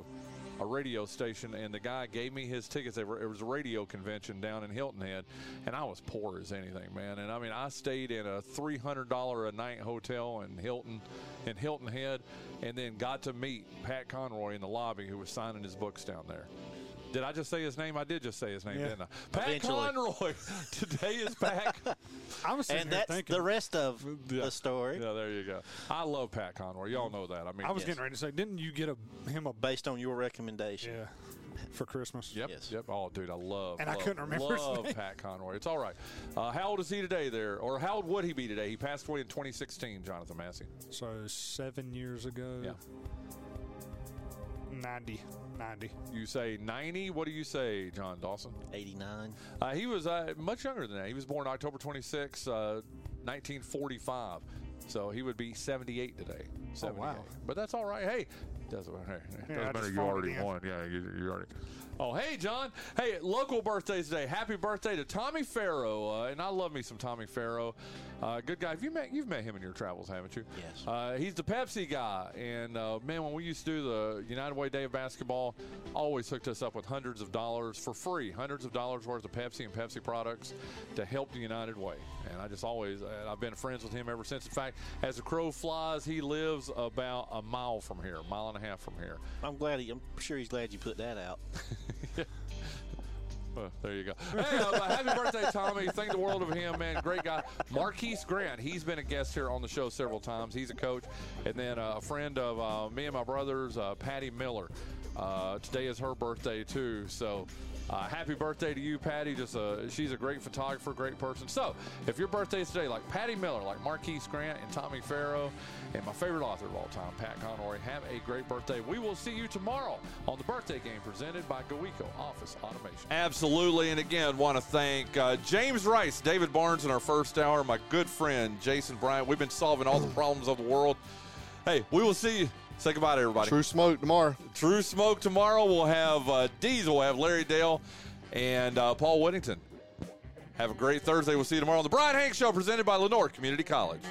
Speaker 2: a radio station, and the guy gave me his tickets. They were, it was a radio convention down in Hilton Head, and I was poor as anything, man. And I mean, I stayed in a three hundred dollar a night hotel in Hilton, in Hilton Head, and then got to meet Pat Conroy in the lobby, who was signing his books down there. Did I just say his name? I did just say his name,
Speaker 5: Yeah.
Speaker 2: didn't I? Pat
Speaker 4: Eventually.
Speaker 2: Conroy. Today is back.
Speaker 5: I'm sitting
Speaker 4: And
Speaker 5: here
Speaker 4: that's
Speaker 5: thinking.
Speaker 4: the rest of
Speaker 2: Yeah.
Speaker 4: the story
Speaker 2: yeah, there you go. I love Pat Conroy. Y'all know that. I mean,
Speaker 5: I was
Speaker 2: yes.
Speaker 5: getting ready to say, didn't you get a him a
Speaker 4: based on your recommendation.
Speaker 5: yeah for Christmas?
Speaker 2: Yep.
Speaker 4: Yes.
Speaker 2: Yep. Oh, dude, I love.
Speaker 5: And I
Speaker 2: love,
Speaker 5: couldn't remember his
Speaker 2: Love
Speaker 5: name.
Speaker 2: Pat Conroy. It's all right. Uh, how old is he today? There, or how old would he be today? He passed away in 2016. Jonathan Massey.
Speaker 5: So seven years ago.
Speaker 2: Yeah.
Speaker 5: 90, 90.
Speaker 2: You say 90. What do you say, John Dawson?
Speaker 4: 89.
Speaker 2: Uh, he was uh, much younger than that. He was born October 26, uh, 1945. So he would be 78 today. 78.
Speaker 5: wow.
Speaker 2: But that's all right. Hey, doesn't matter. It
Speaker 5: Yeah,
Speaker 2: doesn't
Speaker 5: I
Speaker 2: matter.
Speaker 5: just
Speaker 2: You already
Speaker 5: folded in.
Speaker 2: won. Yeah, you, you already. Oh, hey, John. Hey, local birthdays today. Happy birthday to Tommy Farrow. Uh, and I love me some Tommy Farrow. Uh, good guy. Have you met? You've met him in your travels, haven't you?
Speaker 4: Yes.
Speaker 2: Uh, he's the Pepsi guy, and uh, man, when we used to do the United Way Day of Basketball, always hooked us up with hundreds of dollars for free, hundreds of dollars worth of Pepsi and Pepsi products to help the United Way. And I just always, and I've been friends with him ever since. In fact, as the crow flies, he lives about a mile from here, mile and a half from here.
Speaker 4: I'm glad. He, I'm sure he's glad you put that out.
Speaker 2: Well, there you go. Hey, uh, but happy birthday, Tommy. Thank the world of him, man. Great guy. Marquise Grant, he's been a guest here on the show several times. He's a coach. And then uh, a friend of uh, me and my brothers, uh, Patty Miller. Uh, today is her birthday, too. So uh, happy birthday to you, Patty. Just uh, She's a great photographer, great person. So if your birthday is today, like Patty Miller, like Marquise Grant and Tommy Farrow, and my favorite author of all time, Pat Conroy, have a great birthday. We will see you tomorrow on the birthday game presented by GoEco Office Automation. Absolutely. And again, want to thank uh, James Rice, David Barnes in our first hour, my good friend Jason Bryant. We've been solving all the problems of the world. Hey, we will see you. Say goodbye to everybody.
Speaker 3: True smoke tomorrow.
Speaker 2: True Smoke tomorrow. We'll have uh, Diesel, we'll have Larry Dale, and uh, Paul Whittington. Have a great Thursday. We'll see you tomorrow on the Brian Hank Show presented by Lenore Community College.